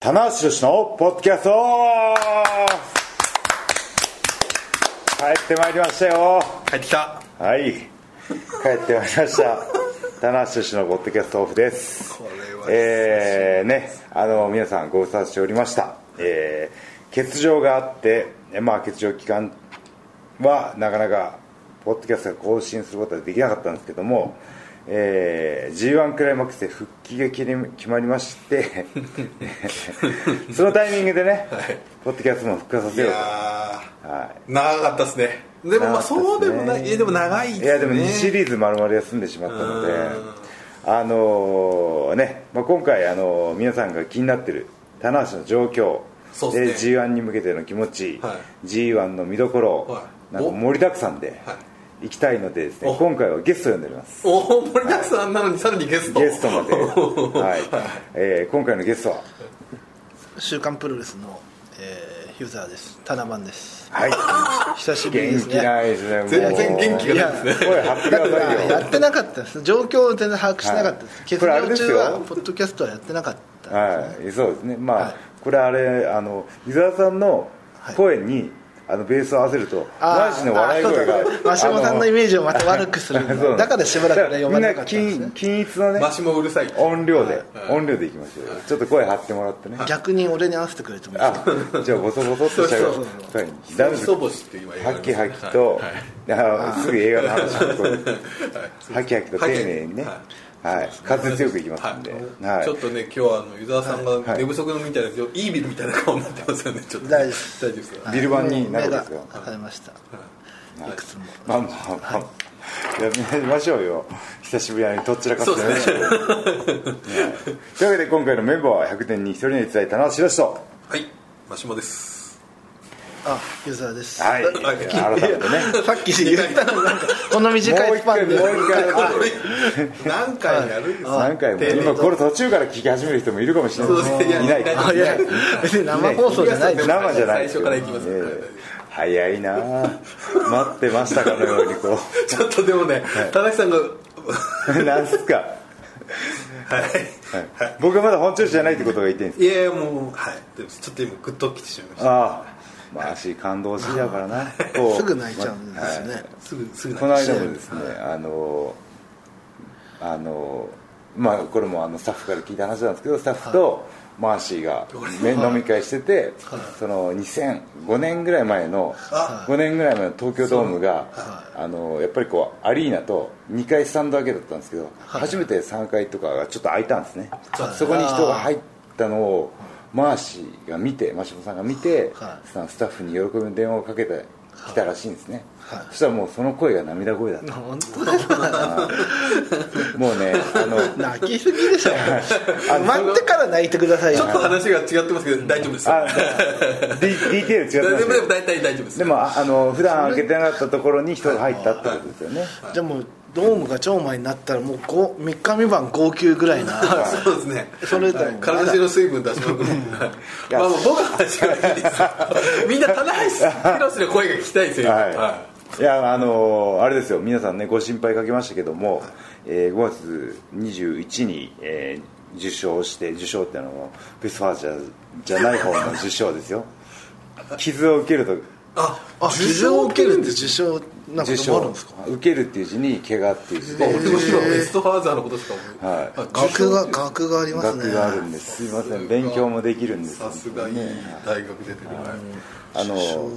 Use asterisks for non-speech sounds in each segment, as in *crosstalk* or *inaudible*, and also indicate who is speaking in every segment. Speaker 1: 棚橋宏のポッドキャスト帰ってまいりましたよ
Speaker 2: 帰ってきた
Speaker 1: はい帰ってまいりました棚橋宏のポッドキャストオフです
Speaker 2: これは
Speaker 1: えー、ねあの皆さんご無沙汰しておりましたえー欠場があってえまあ欠場期間はなかなかポッドキャストが更新することはできなかったんですけども、えー、g 1クライマックスで復帰が決め決まりまして
Speaker 2: *laughs*
Speaker 1: そのタイミングでね、ポッドキャストも復活さ
Speaker 2: い
Speaker 1: せようと
Speaker 2: や
Speaker 1: は
Speaker 2: ー長かったですねでもまあそうでも
Speaker 1: 長か
Speaker 2: な
Speaker 1: ったっすね
Speaker 2: いいやでも長いです
Speaker 1: い、
Speaker 2: ね
Speaker 1: いやでも2シリーズ丸々休んでしまったので
Speaker 2: うん
Speaker 1: あのーね、まあ、今回、あのー皆さんが気になってる棚橋の状況
Speaker 2: そうっすね
Speaker 1: g 1に向けての気持ち、
Speaker 2: は
Speaker 1: g 1の見どころ、
Speaker 2: はい
Speaker 1: なんか盛りだくさんで
Speaker 2: は
Speaker 1: 行きたいのでですね、
Speaker 2: お
Speaker 1: 今回はゲストを呼んでおります
Speaker 2: おお盛りだくさんなのにさらにゲスト
Speaker 1: ゲストまで、はいえー今回のゲストは
Speaker 3: 週刊プロレスの、えー、ユーザーですタナマンです
Speaker 1: はい
Speaker 3: 久しぶりで
Speaker 1: *laughs* 元
Speaker 3: す
Speaker 1: 気
Speaker 3: ね
Speaker 1: ないですねもう
Speaker 2: 全然元気がないですね
Speaker 1: 声張ってくだ
Speaker 3: だから
Speaker 1: さいよ
Speaker 3: やってなかったです状況を全然把握してなかったです、
Speaker 1: はい
Speaker 3: 欠
Speaker 1: これあれで
Speaker 3: 場
Speaker 1: す
Speaker 3: 中
Speaker 1: よ
Speaker 3: はポッドキャストはやってなかった
Speaker 1: はい、そうですね、まあ、
Speaker 3: はい
Speaker 1: これあれ、あの伊沢さんの
Speaker 3: はい
Speaker 1: 声に、あのベースを合わせると、
Speaker 3: あー
Speaker 1: マジの笑い声が
Speaker 3: あそう、マシモさんのイメージをまた悪くする
Speaker 1: *laughs* そうなんです
Speaker 3: だからしばらくね呼ばれなかったんで
Speaker 1: み
Speaker 3: す
Speaker 1: んな均
Speaker 3: ね
Speaker 1: 均一のね、
Speaker 2: マシもうるさい
Speaker 1: 音量で、
Speaker 2: はい
Speaker 1: 音量でいきましょうよ、ちょっと声張ってもらってね、
Speaker 3: 逆に俺に合わせてくれてもいいですか
Speaker 1: あじゃあ、ボソボソっとした
Speaker 2: そうそう
Speaker 1: 声に、
Speaker 2: ひ
Speaker 1: ダ
Speaker 2: そ
Speaker 1: ブ
Speaker 2: ひそぼしって今言
Speaker 1: ハ
Speaker 2: われます
Speaker 1: キハキと、
Speaker 2: はい
Speaker 1: あのすぐ映画の話が聞こえるハキハキと丁寧にね、
Speaker 2: は
Speaker 1: はい、滑舌よくいきますんで、
Speaker 2: はい
Speaker 1: はい
Speaker 2: ちょっとね今日はあの湯沢さん
Speaker 1: は
Speaker 2: が
Speaker 1: い
Speaker 2: 寝不足のみたいな、い、いビルみたいな顔になってますよねちょっと
Speaker 3: 大丈夫です
Speaker 2: 大丈夫ですか
Speaker 1: ビル版になるんです
Speaker 3: 目
Speaker 1: よ
Speaker 3: が。分かれました、い、くつも
Speaker 1: まあまあまあ、やめましょうよ久しぶりにどちらかってやめましょうよ、はいというわけで今回のメンバーは100点に一人の逸材田中宏と
Speaker 2: はいマシモです
Speaker 3: あユーザーです、
Speaker 1: はい
Speaker 2: はい
Speaker 1: 改めてね
Speaker 3: さっき言ったのなんかこの短
Speaker 1: もう
Speaker 3: い
Speaker 1: 一
Speaker 3: スパ
Speaker 1: 回
Speaker 3: ン
Speaker 1: もう
Speaker 3: で
Speaker 1: 一回
Speaker 2: 何回やるんですか
Speaker 1: 何回も今これ途中から聞き始める人もいるかもしれ
Speaker 2: そうです
Speaker 1: ない
Speaker 2: ね
Speaker 1: いない
Speaker 2: いや
Speaker 3: あいや別に生放送じゃないです
Speaker 1: 生じゃないですよ
Speaker 2: 最初から行きます
Speaker 1: ええ早いなあ待ってましたかのようにこ
Speaker 2: ちょっとでもね、田中さんが、は
Speaker 1: う *laughs* なんすか、はい僕はまだ本調子じゃないってことが言ってんです
Speaker 2: い、いやいやもう、はい、でもちょっと今、グッときてしまいました、
Speaker 1: ああまあ足感動しだからなこう
Speaker 3: すぐ泣いちゃうんですね、
Speaker 2: すぐ、すぐ
Speaker 1: この間もですね、あのあのまあこれもあのスタッフから聞いた話なんですけどスタッフとマーシーが、ね飲み会してて、その2005年ぐらい前の
Speaker 2: あ
Speaker 1: 5年ぐらい前の東京ドームが、あのやっぱりこうアリーナと2階スタンドだけだったんですけど、初めて3階とかがちょっと空いたんですね、
Speaker 2: はい
Speaker 1: そこに人が入ったのをマーシーが見てマシモさんが見て、
Speaker 3: は
Speaker 1: スタッフに喜びの電話をかけてきたらしいんですね、
Speaker 3: はい
Speaker 1: そしたらもうその声が涙声だった
Speaker 3: 本当ですか
Speaker 1: もうねあ
Speaker 3: *laughs*
Speaker 1: の
Speaker 3: 泣きすぎでしょ待ってから泣いてください
Speaker 2: ち
Speaker 3: よ
Speaker 2: ょっと話が違ってますけど、大丈夫ですよ、
Speaker 1: あ D- DTL 違って
Speaker 2: *laughs* で
Speaker 1: ます
Speaker 2: もでも
Speaker 1: ね
Speaker 2: 大体大丈夫です
Speaker 1: でもああの普段開けてなかったところに人が入ったってことですよね
Speaker 3: じゃあもうドームが超前になったらもうこう三日三晩号泣ぐらいな
Speaker 2: あ *laughs* そうですね、
Speaker 3: それでも
Speaker 2: はい体中の水分出しまくる、はいまあ、もう僕の話はいいですよ、みんな、田中宏の声が聞きたいですよ、
Speaker 1: はい、、
Speaker 2: はい
Speaker 1: やあのあれですよ皆さんねご心配かけましたけども、えー5月21に、えー受賞して受賞ってあのベストファーザーじゃない方の受賞です
Speaker 3: *laughs*
Speaker 1: よ傷を受けると
Speaker 3: あ受賞を受けるって受賞なんか
Speaker 1: 受
Speaker 3: でもあ
Speaker 1: 賞
Speaker 3: るんですか
Speaker 1: 受けるっていう字に怪我っていう字
Speaker 2: あ
Speaker 1: で
Speaker 2: 俺も今ベストファーザーのことしか思い、
Speaker 1: はい
Speaker 2: あ
Speaker 3: 額が額がありますね
Speaker 1: 学があるんですすいません勉強もできるんです
Speaker 2: さすがいい大学出てる、はい
Speaker 1: あの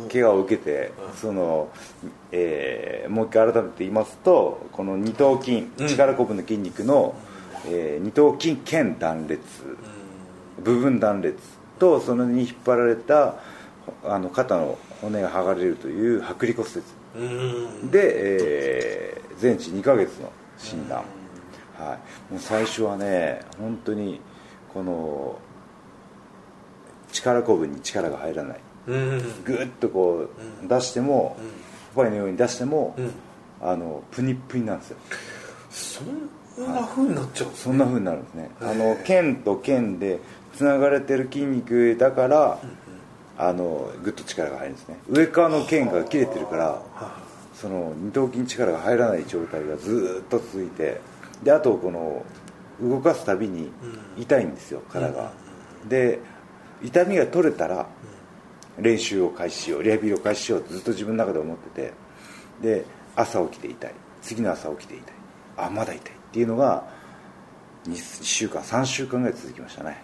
Speaker 1: 怪我を受けて、そのえーもう一回改めて言いますとこの二頭筋、力こぶの筋肉の、えー二頭筋腱断裂、部分断裂とそれに引っ張られたあの肩の骨が剥がれるという剥離骨折、で、えー全治2ヶ月の診断、はい、もう最初はね本当にこの力こぶに力が入らない
Speaker 2: うん
Speaker 1: ぐっとこう出しても、パパイのように出しても、
Speaker 2: ん
Speaker 1: あのプニップニなんですよ
Speaker 2: そんなふうになっちゃうんです
Speaker 1: そんな風になるんですねあの腱と腱でつながれてる筋肉だから、あのぐっと力が入るんですね上側の腱が切れてるからその二頭筋に力が入らない状態がずーっと続いてであとこの動かすたびに痛いんですよ体が、で痛みが取れたら練習を開始しようリハビリを開始しようってずっと自分の中で思っててで朝起きて痛い次の朝起きて痛いあまだ痛いっていうのが 2, 週間3週間ぐらい続きましたね、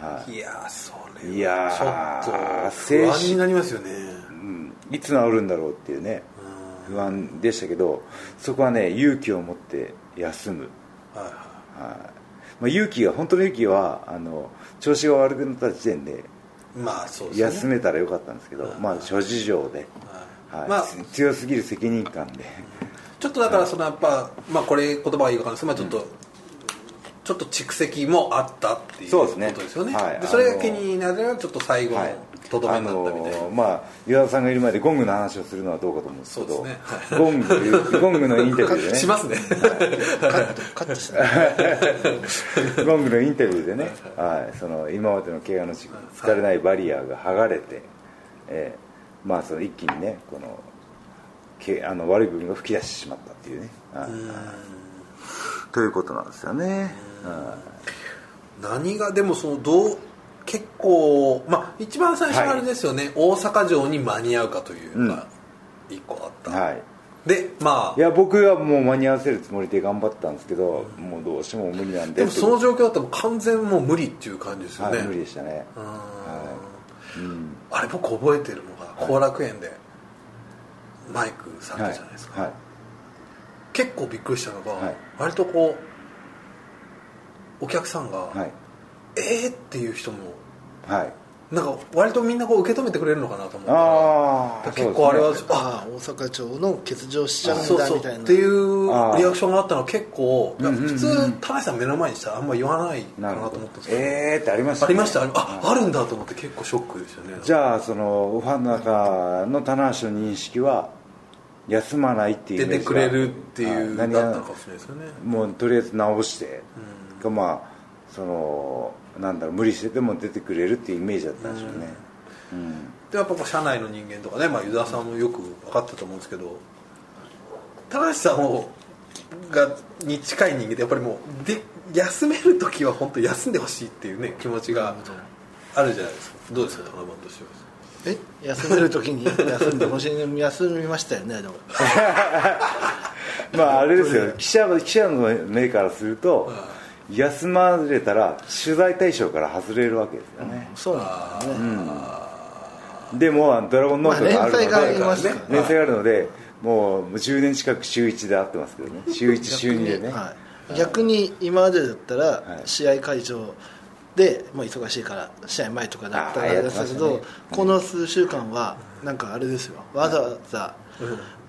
Speaker 1: はい
Speaker 2: やーそ
Speaker 1: い、い
Speaker 2: れ
Speaker 1: や
Speaker 2: はちょ
Speaker 1: ー
Speaker 2: っと
Speaker 1: 精
Speaker 2: 不安に
Speaker 1: 神
Speaker 2: なりますよね
Speaker 1: うんいつ治るんだろうっていうね
Speaker 2: うん
Speaker 1: 不安でしたけどそこはね勇気を持って休む
Speaker 2: はいは
Speaker 1: はいまあ、勇気が本当の勇気はあの調子が悪くなった時点で
Speaker 2: いまあそうですね
Speaker 1: 休めたらよかったんですけど、まあ諸事情で、
Speaker 2: はい
Speaker 1: はい
Speaker 2: まあ
Speaker 1: 強すぎる責任感で、
Speaker 2: ちょっとだからそのやっぱまあこれ言葉がいいのかなまあちょっと、ちょっと蓄積もあったっていう
Speaker 1: そ
Speaker 2: こ
Speaker 1: うですね
Speaker 2: とですよね
Speaker 1: はい
Speaker 2: でそれが気になればちょっと最後の
Speaker 1: はい
Speaker 2: とどめになったみたいな、
Speaker 1: あのーまあ岩田さんがいる前でゴングの話をするのはどうかと思うんですけど
Speaker 2: そうですねは
Speaker 1: ゴングゴングのインタビューでね
Speaker 2: しますね
Speaker 3: カットしたね
Speaker 1: ロングのインタビューでね、はい、その今までの怪我のし疲れないバリアが剥がれて、えーまあ、その一気にねこのけあの悪い部分が吹き出してしまったっていうね、はいということなんですよね、はい
Speaker 2: 何がでもそのどう結構まあ一番最初のあれですよね、大阪城に間に合うかというのが一個あった、
Speaker 1: はい、
Speaker 2: でま
Speaker 1: い
Speaker 2: あ
Speaker 1: や僕はもう間に合わせるつもりで頑張ったんですけど、もうどうしても無理なんで
Speaker 2: でもその状況だったら完全もう無理っていう感じですよ
Speaker 1: は
Speaker 2: ね、
Speaker 1: い、無理でしたね、
Speaker 2: うん
Speaker 1: はいうん
Speaker 2: あれ僕覚えてるのが後楽園でマイクされ
Speaker 1: は
Speaker 2: た
Speaker 1: い
Speaker 2: じゃないですか、
Speaker 1: はい
Speaker 2: 結構びっくりしたのが、
Speaker 1: はい
Speaker 2: 割とこうお客さんが、
Speaker 1: はい
Speaker 2: えーっていう人も
Speaker 1: はい
Speaker 2: なんか割とみんなこう受け止めてくれるのかなと思ったら
Speaker 1: ああ
Speaker 2: 結構あれは、あ
Speaker 3: ああ大阪町の欠場しちゃうん
Speaker 2: そう
Speaker 3: だ
Speaker 2: そう
Speaker 3: み
Speaker 2: った
Speaker 3: いな
Speaker 2: ていう
Speaker 1: あー
Speaker 2: リアクションがあったのは結構いや
Speaker 1: うんうんうん
Speaker 2: 普通田辺さん目の前にしたらあんま言わないか
Speaker 1: な
Speaker 2: な
Speaker 1: る
Speaker 2: と
Speaker 1: ほ
Speaker 2: 思
Speaker 1: ど
Speaker 2: ったんですけど、
Speaker 1: えーってありました
Speaker 2: あ
Speaker 1: ね、
Speaker 2: りましたあああるんだと思って結構ショックですよね
Speaker 1: じゃあそのファンの中の棚橋の認識は休まないっていう
Speaker 2: 出
Speaker 1: イメー
Speaker 2: て
Speaker 1: ジ
Speaker 2: く
Speaker 1: が
Speaker 2: れるっていうだ
Speaker 1: は
Speaker 2: っ
Speaker 1: い
Speaker 2: たのかもしれないですよね
Speaker 1: もうとりあえず直して、がまあそのなんだろう無理してても出てくれるっていうイメージだったんでしょうね、うん
Speaker 2: でやっぱこう社内の人間とかね、まあ、湯沢さんもよく分かったと思うんですけど高橋さんをがに近い人間ってやっぱりもうで休める時は本当休んでほしいっていうね気持ちがあるじゃないですかどうですか田中さんとしては
Speaker 3: え休める時に休んでほしい休みましたよねでも
Speaker 1: まああれですよ記者の記者の目からすると、休まれたら取材対象から外れるわけですよね、
Speaker 3: そうなんだよね、
Speaker 1: でもあのドラゴンノートがあるので、
Speaker 3: まあ連載がありますからね
Speaker 1: 連載があるのでもう10年近く週1で会ってますけどね
Speaker 3: *laughs*
Speaker 1: 週1週2でね、
Speaker 3: はい、逆に今までだったら
Speaker 1: い
Speaker 3: 試合会場で、まあ、忙しいから試合前とかだったら
Speaker 1: あー
Speaker 3: あれだったけ
Speaker 1: や
Speaker 3: ど、
Speaker 1: ってましたね
Speaker 3: この数週間はなんかあれですよわざわざ、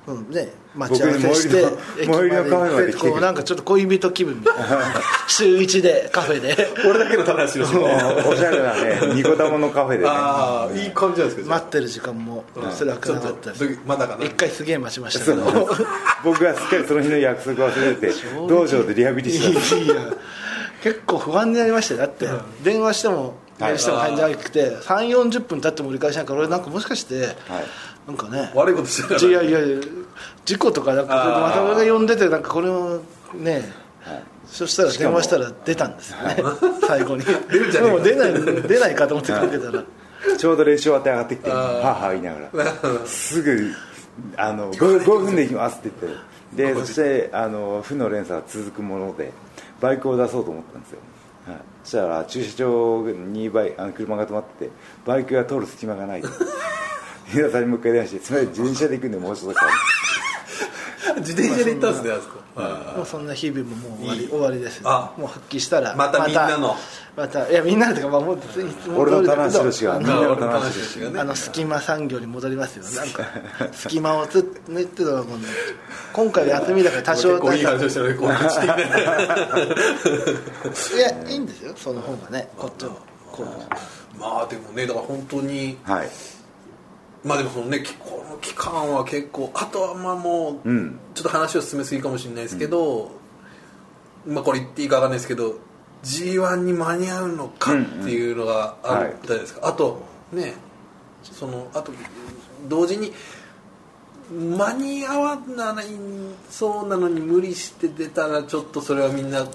Speaker 3: うんね、待ち合わせし
Speaker 1: 僕
Speaker 3: て
Speaker 1: 最寄りの最寄りのカフェまで来てくれ
Speaker 3: こうなんかちょっと恋人気分みたいな
Speaker 1: *laughs*
Speaker 3: 週1でカフェで
Speaker 2: 俺だけの話ですよね
Speaker 1: おしゃれな
Speaker 3: *laughs*
Speaker 1: ね、ニコ玉のカフェでね。
Speaker 2: *laughs* ああいい感じなんですけど
Speaker 3: 待ってる時間も辛くなかったし
Speaker 2: ちょっとまだかな
Speaker 3: 一回すげえ待ちましたけ
Speaker 1: そ
Speaker 3: ど
Speaker 1: の僕はすっかりその日の約束忘れて道場でリハビリして
Speaker 3: いや結構不安になりましたよだって、電話してもメールしても返事がなくて3 4 0分経っても折り返しないから俺なんかもしかして、なんかね
Speaker 2: 悪いことしてなかった
Speaker 3: いやいやいや事故とかなんか
Speaker 2: あー
Speaker 3: また俺が呼んでてなんかこれをね、そしたら電話したら出たんですよね、最後に
Speaker 2: 出るんじゃねえか
Speaker 3: もう出ない出ないかと思ってかけたら、
Speaker 1: たちょうど練習終わって上がってきて「はあはあ」言いながらすぐあの 5, 分で行きますって言ってでそしてあの負の連鎖は続くものでバイクを出そうと思ったんですよ、はい、そしたら駐車場にバイあの車が止まっててバイクが通る隙間が *laughs* ない皆さんにもう一回電話して「すみません自転車で行くんでもう一度帰 *laughs* ります
Speaker 2: 自転車で行ったんですねあそこあ
Speaker 3: もうそんな日々ももう終わり
Speaker 2: いい
Speaker 3: 終わりです
Speaker 2: あ
Speaker 3: もう復帰したら
Speaker 2: またみんなの
Speaker 3: またまたいやみんなのというかまあもういついつも
Speaker 1: 俺
Speaker 3: 通
Speaker 1: の
Speaker 3: りだけど
Speaker 1: 棚橋氏が
Speaker 3: あ
Speaker 1: み
Speaker 3: の
Speaker 1: んなの
Speaker 2: 俺の
Speaker 1: 棚
Speaker 2: 棚
Speaker 1: 橋
Speaker 2: 橋
Speaker 1: 氏
Speaker 2: が
Speaker 1: が
Speaker 2: ね
Speaker 3: あの隙間産業に戻りますよなんか隙間をつねってのはもうね今回は休みだから多少
Speaker 2: 結構いい話をしてるねこう口的なね
Speaker 3: いやいいんですよその方がねこっちもこ
Speaker 2: まあでもねだから本当に
Speaker 1: はい
Speaker 2: まあでもそのねきこの期間は結構あとはまあもう、
Speaker 1: うん
Speaker 2: ちょっと話を進めすぎかもしれないですけど、まあこれ言っていいかわかんないですけど g 1に間に合うのかっていうのがあるじゃないですか、あとねそのあと同時に間に合わないそうなのに無理して出たらちょっとそれはみんな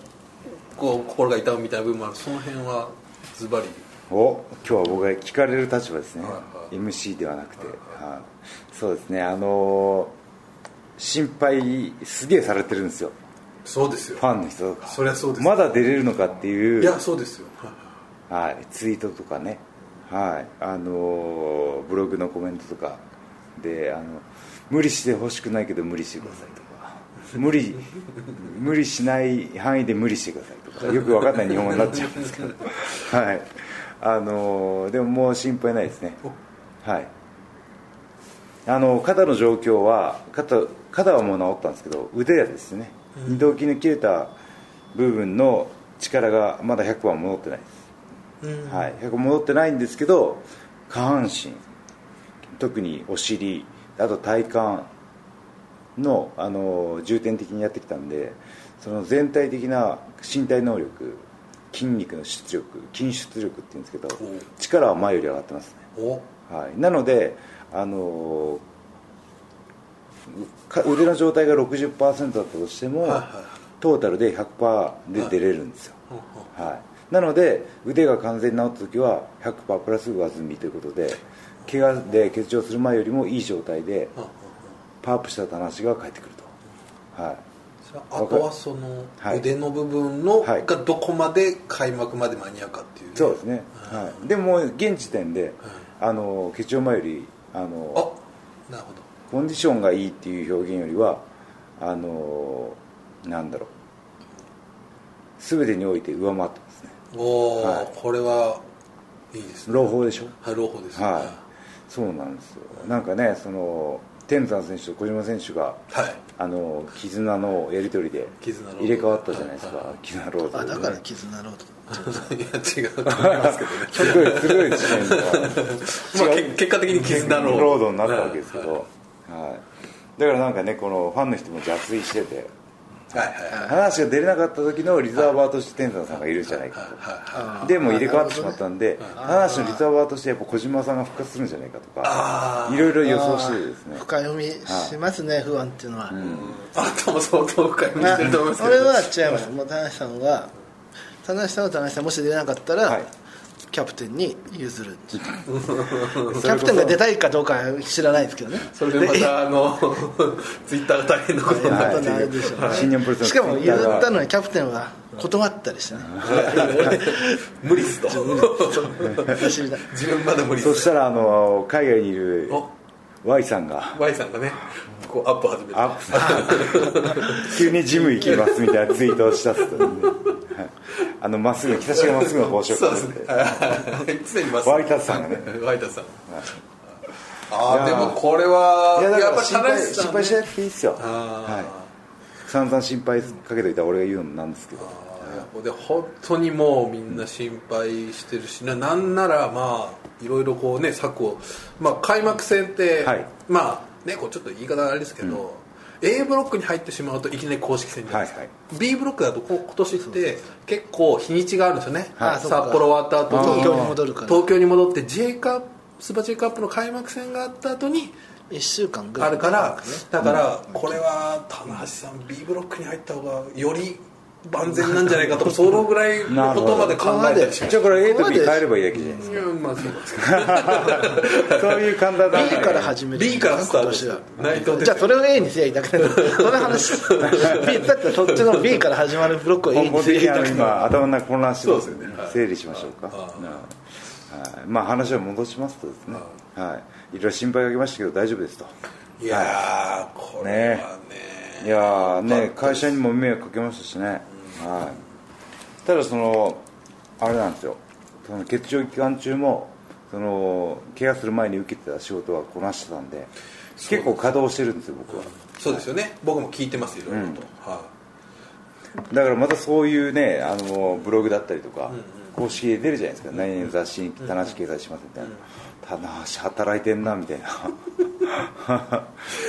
Speaker 2: こう心が痛むみたいな部分もあるその辺はズバリ
Speaker 1: お今日は僕が聞かれる立場ですね、MC ではなくて、はい、そうですねあのー、心配すげえされてるんですよ
Speaker 2: そうですよ
Speaker 1: ファンの人とか
Speaker 2: そりゃそうです
Speaker 1: まだ出れるのかっていう
Speaker 2: いやそうですよ、
Speaker 1: はい、ツイートとかね、はいあのー、ブログのコメントとかであの無理してほしくないけど無理してくださいとか無理無理しない範囲で無理してくださいとかよく分かんない日本語になっちゃうんですけどはいあのー、でももう心配ないですねはいあの肩の状況は肩肩はもう治ったんですけど腕ですね、うん、二頭筋の切れた部分の力がまだ100番戻ってないです、うん、はい、100戻ってないんですけど下半身特にお尻あと体幹の、あの重点的にやってきたんでその全体的な身体能力筋肉の出力筋出力っていうんですけど力は前より上がってますね、はい、なので、あのー、腕の状態が60%だったとしても、はいはい、トータルで100%で出れるんですよ、はい、はい、なので腕が完全に治った時は100%プラス上積みということで怪我で欠場する前よりもいい状態でパワーアップした棚橋が返ってくると、はい、
Speaker 2: あとはその腕の部分のがどこまで開幕まで間に合うかっていう、ね、
Speaker 1: そうですね、はい、でも現時点で、あの決勝前よりあ
Speaker 2: のなるほど
Speaker 1: コンディションがいいっていう表現よりはあのなんだろう全てにおいて上回ってますね
Speaker 2: おお、はい、これはいいです
Speaker 1: ね朗報でしょ
Speaker 2: はい朗報です、
Speaker 1: ね、はい、そうなんですよなんかねその天山選手と小島選手が、
Speaker 2: はい、
Speaker 1: あの絆のやり取りで入れ替わったじゃないですか、絆ロード、
Speaker 3: ね、あだ
Speaker 1: *laughs*
Speaker 3: から絆ロード
Speaker 2: い *laughs* や違うと思いますけどねすごい
Speaker 1: 鋭い知見が、
Speaker 2: まあ、 *laughs* 結果的に絆ロード
Speaker 1: ロードになったわけですけど、はい、はい、だからなんかねこのファンの人も邪推してて
Speaker 2: はいはい、
Speaker 1: 話が出れなかった時のリザーバーとして天山さんがいるじゃないかとでも入れ替わってしまったんで話のリザーバーとしてやっぱ小島さんが復活するんじゃないかとかいろいろ予想してですね
Speaker 3: 深読みしますね不安っていうのは、うん、
Speaker 2: あなたも相当深読みしてると思いますけ
Speaker 3: ど俺は違いますもう田中さんは田中さんは田中さんもし出れなかったら、はいキャプテンに譲るキャプテンが出たいかどうか知らないですけどね
Speaker 2: それでまた
Speaker 1: *laughs*
Speaker 2: あのツイッターが大変なことになった
Speaker 3: んでしょう、ね、はい、しかも譲ったのにキャプテンは断ったりしてね
Speaker 2: 無理っすと
Speaker 1: *laughs*
Speaker 2: 自分まで無理
Speaker 1: そしたらあの海外にいる Y さんが
Speaker 2: Y さんがねこうアップ始めて
Speaker 1: アップ *laughs* 急にジム行きますみたいなツイートをしたっつったんで、ねあのまっすぐ、日差しがまっすぐの帽子をかぶって、
Speaker 2: 常にまっ
Speaker 1: すぐ、ワイタさんがね、
Speaker 2: ワイタさん、ああ、でもこれは、
Speaker 1: いや、やっぱ心配心配しなくていいですよ、はい、さんざん心配かけといた俺が言うのもなんですけど。
Speaker 2: で本当にもうみんな心配してるし、うなんならまあいろいろこうね策を、まあ、開幕戦って、まあねこうちょっと言い方あれですけど、A ブロックに入ってしまうといきなり公式戦じゃないですか、はいはい、B ブロックだと今年って結構日にちがあるんですよね、はい、札幌終わった後
Speaker 3: に東京に戻るから
Speaker 2: 東京に戻って J カップスーパー J カップの開幕戦があった後に
Speaker 3: 1週間
Speaker 2: あるからだからこれは棚橋さん B ブロックに入った方がより万全なんじゃな
Speaker 1: *laughs*
Speaker 2: いかとかそのぐらいのことまで考えて
Speaker 1: じゃあこれ A と B 変えればいいだけじゃないですか、
Speaker 2: まあ、そう
Speaker 1: そういう簡単な
Speaker 3: B から始める
Speaker 2: B からスタートし
Speaker 3: じゃあそれを A にせやいなくなるその
Speaker 2: *laughs*
Speaker 3: 話 B だってそっちの B から始まるブロックを A にせやいなくなる
Speaker 1: 今頭の中混乱してますね整理しましょうかまあ話を戻しますとですねはいいろいろ心配かけましたけど大丈夫ですと
Speaker 2: いやこれはね
Speaker 1: いやね会社にも迷惑かけましたしね、うん、はい、ただそのあれなんですよその欠場期間中もそのケアする前に受けてた仕事はこなしてたんで結構稼働してるんですよ僕は、、
Speaker 2: そうですよね、はい、僕も聞いてますいろいろと、うん、はい
Speaker 1: だからまたそういうねあのブログだったりとか、うんうん、公式で出るじゃないですか、うん、何々雑誌に棚橋掲載しますみたいな、棚橋働いてんなみたい *laughs* な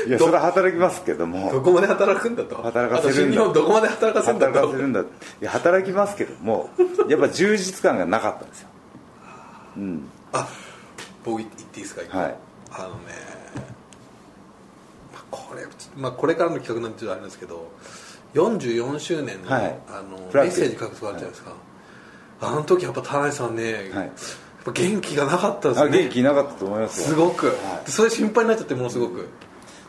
Speaker 1: いやそれは働きますけども
Speaker 2: どこまで働くんだと
Speaker 1: 働かせるんだ
Speaker 2: どこまで働かせるんだ
Speaker 1: 働かせるんだいや働きますけどもやっぱ充実感がなかったんですよ、うん、
Speaker 2: あ僕言っていいですか
Speaker 1: はい
Speaker 2: あのね、まあ、これ、まあ、これからの企画なんていうのはあれですけど44周年の,はい、あのメッセージ書くとかあるじゃないですか、はい、あの時やっぱ田内さんね、はいぱ元気がなかったです
Speaker 1: あ
Speaker 2: ね
Speaker 1: 元気なかったと思いますよ
Speaker 2: すごく、
Speaker 1: は
Speaker 2: それ心配になっちゃってものすごく、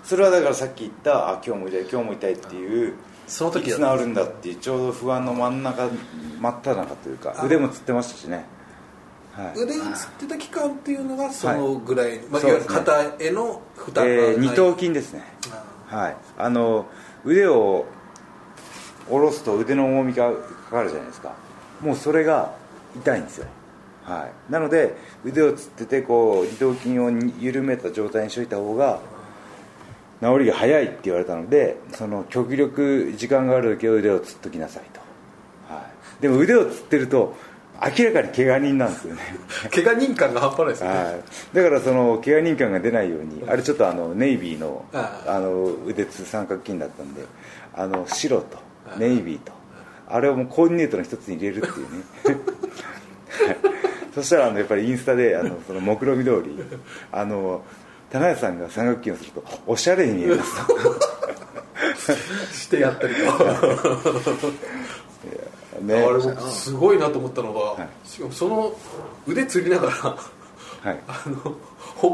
Speaker 1: それはだからさっき言ったあ今日も痛い今日も痛いっていう
Speaker 2: その時
Speaker 1: いつ治るんだっていうちょうど不安の真ん中真っ只中というか腕もつってましたしねはい
Speaker 2: 腕がつってた期間っていうのがそのぐらい、まあ、い
Speaker 1: そう
Speaker 2: わゆ
Speaker 1: で
Speaker 2: る
Speaker 1: すね
Speaker 2: 肩への負担がない、
Speaker 1: えー二頭筋ですね
Speaker 2: あ
Speaker 1: はいあの腕を下ろすと腕の重みがかかるじゃないですかもうそれが痛いんですよはいなので腕をつっててこう二頭筋を緩めた状態にしといた方が治りが早いって言われたのでその極力時間がある時は腕をつっときなさいと、はい、でも腕をつってると明らかに怪我人なんですよね
Speaker 2: ー怪我人感が半端ないですね、
Speaker 1: はい、だからその怪我人感が出ないようにあれちょっとあのネイビーの
Speaker 2: あ
Speaker 1: あの腕つ三角筋だったんであの白と
Speaker 2: あ
Speaker 1: ネイビーとあれをもうコーディネートの一つに入れるっていうねはいそしたらあのやっぱりインスタであのその目論見通りあの高橋さんが三角筋をするとおしゃれに見えますと
Speaker 2: してやったりとか
Speaker 1: ね
Speaker 2: あれ僕すごいなと思ったのが、
Speaker 1: い
Speaker 2: しかもその腕つりながら *laughs*
Speaker 1: はい
Speaker 2: あの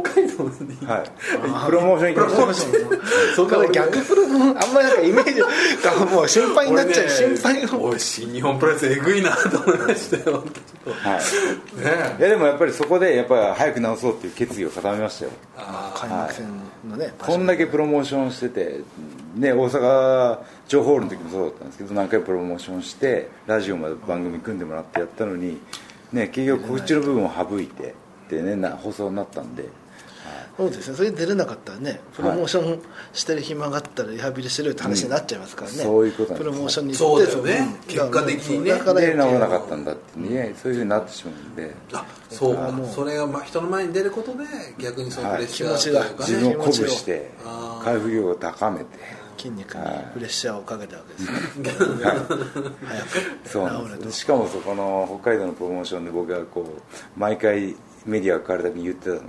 Speaker 2: 北海道に、
Speaker 1: はい、プロモーション行きました
Speaker 3: プロモーション
Speaker 2: そんな俺ね
Speaker 3: 逆プロのあんまりなんかイ
Speaker 2: *laughs*
Speaker 3: メージがもう心配になっちゃう、心配
Speaker 2: 俺ね
Speaker 3: を
Speaker 2: おい新日本プロレスえぐいなと思いましたよ本当に
Speaker 1: はい、
Speaker 2: ねえ
Speaker 1: いやでもやっぱりそこでやっぱり早く治そうっていう決意を固めましたよ
Speaker 2: あ
Speaker 3: 開幕戦のね、
Speaker 1: こんだけプロモーションしてて、ね、大阪城ホールの時もそうだったんですけど何回プロモーションしてラジオまで番組組んでもらってやったのに、ね、結局告知の部分を省いてで、ね、な放送になったんで
Speaker 3: そうですねそれ出れなかったらねプロモーションしてる暇があったらリハビリしてるって話になっちゃいますからね、
Speaker 1: うんそういうことなんです
Speaker 3: プロモーションに
Speaker 2: そうだよね
Speaker 3: そうう
Speaker 2: 結
Speaker 3: ん
Speaker 2: 果的にね
Speaker 3: だから
Speaker 1: で治
Speaker 3: だか
Speaker 1: ら
Speaker 3: ら
Speaker 1: なかったんだって、ね、そういうふうになってしまうんで
Speaker 2: ああそう
Speaker 3: あ
Speaker 2: か
Speaker 3: もう
Speaker 2: それがま人の前に出ることで逆にそのプレッシャーというか
Speaker 1: 自
Speaker 2: ね、
Speaker 1: 分を鼓舞して
Speaker 2: あー
Speaker 1: 回復力を高めて
Speaker 3: 筋肉にプレッシャーをかけたわけですね、
Speaker 1: そうなんで
Speaker 3: 治る
Speaker 1: す
Speaker 3: と
Speaker 1: よしかもそこの北海道のプロモーションで僕がこう毎回メディアが変わるたびに言ってたのは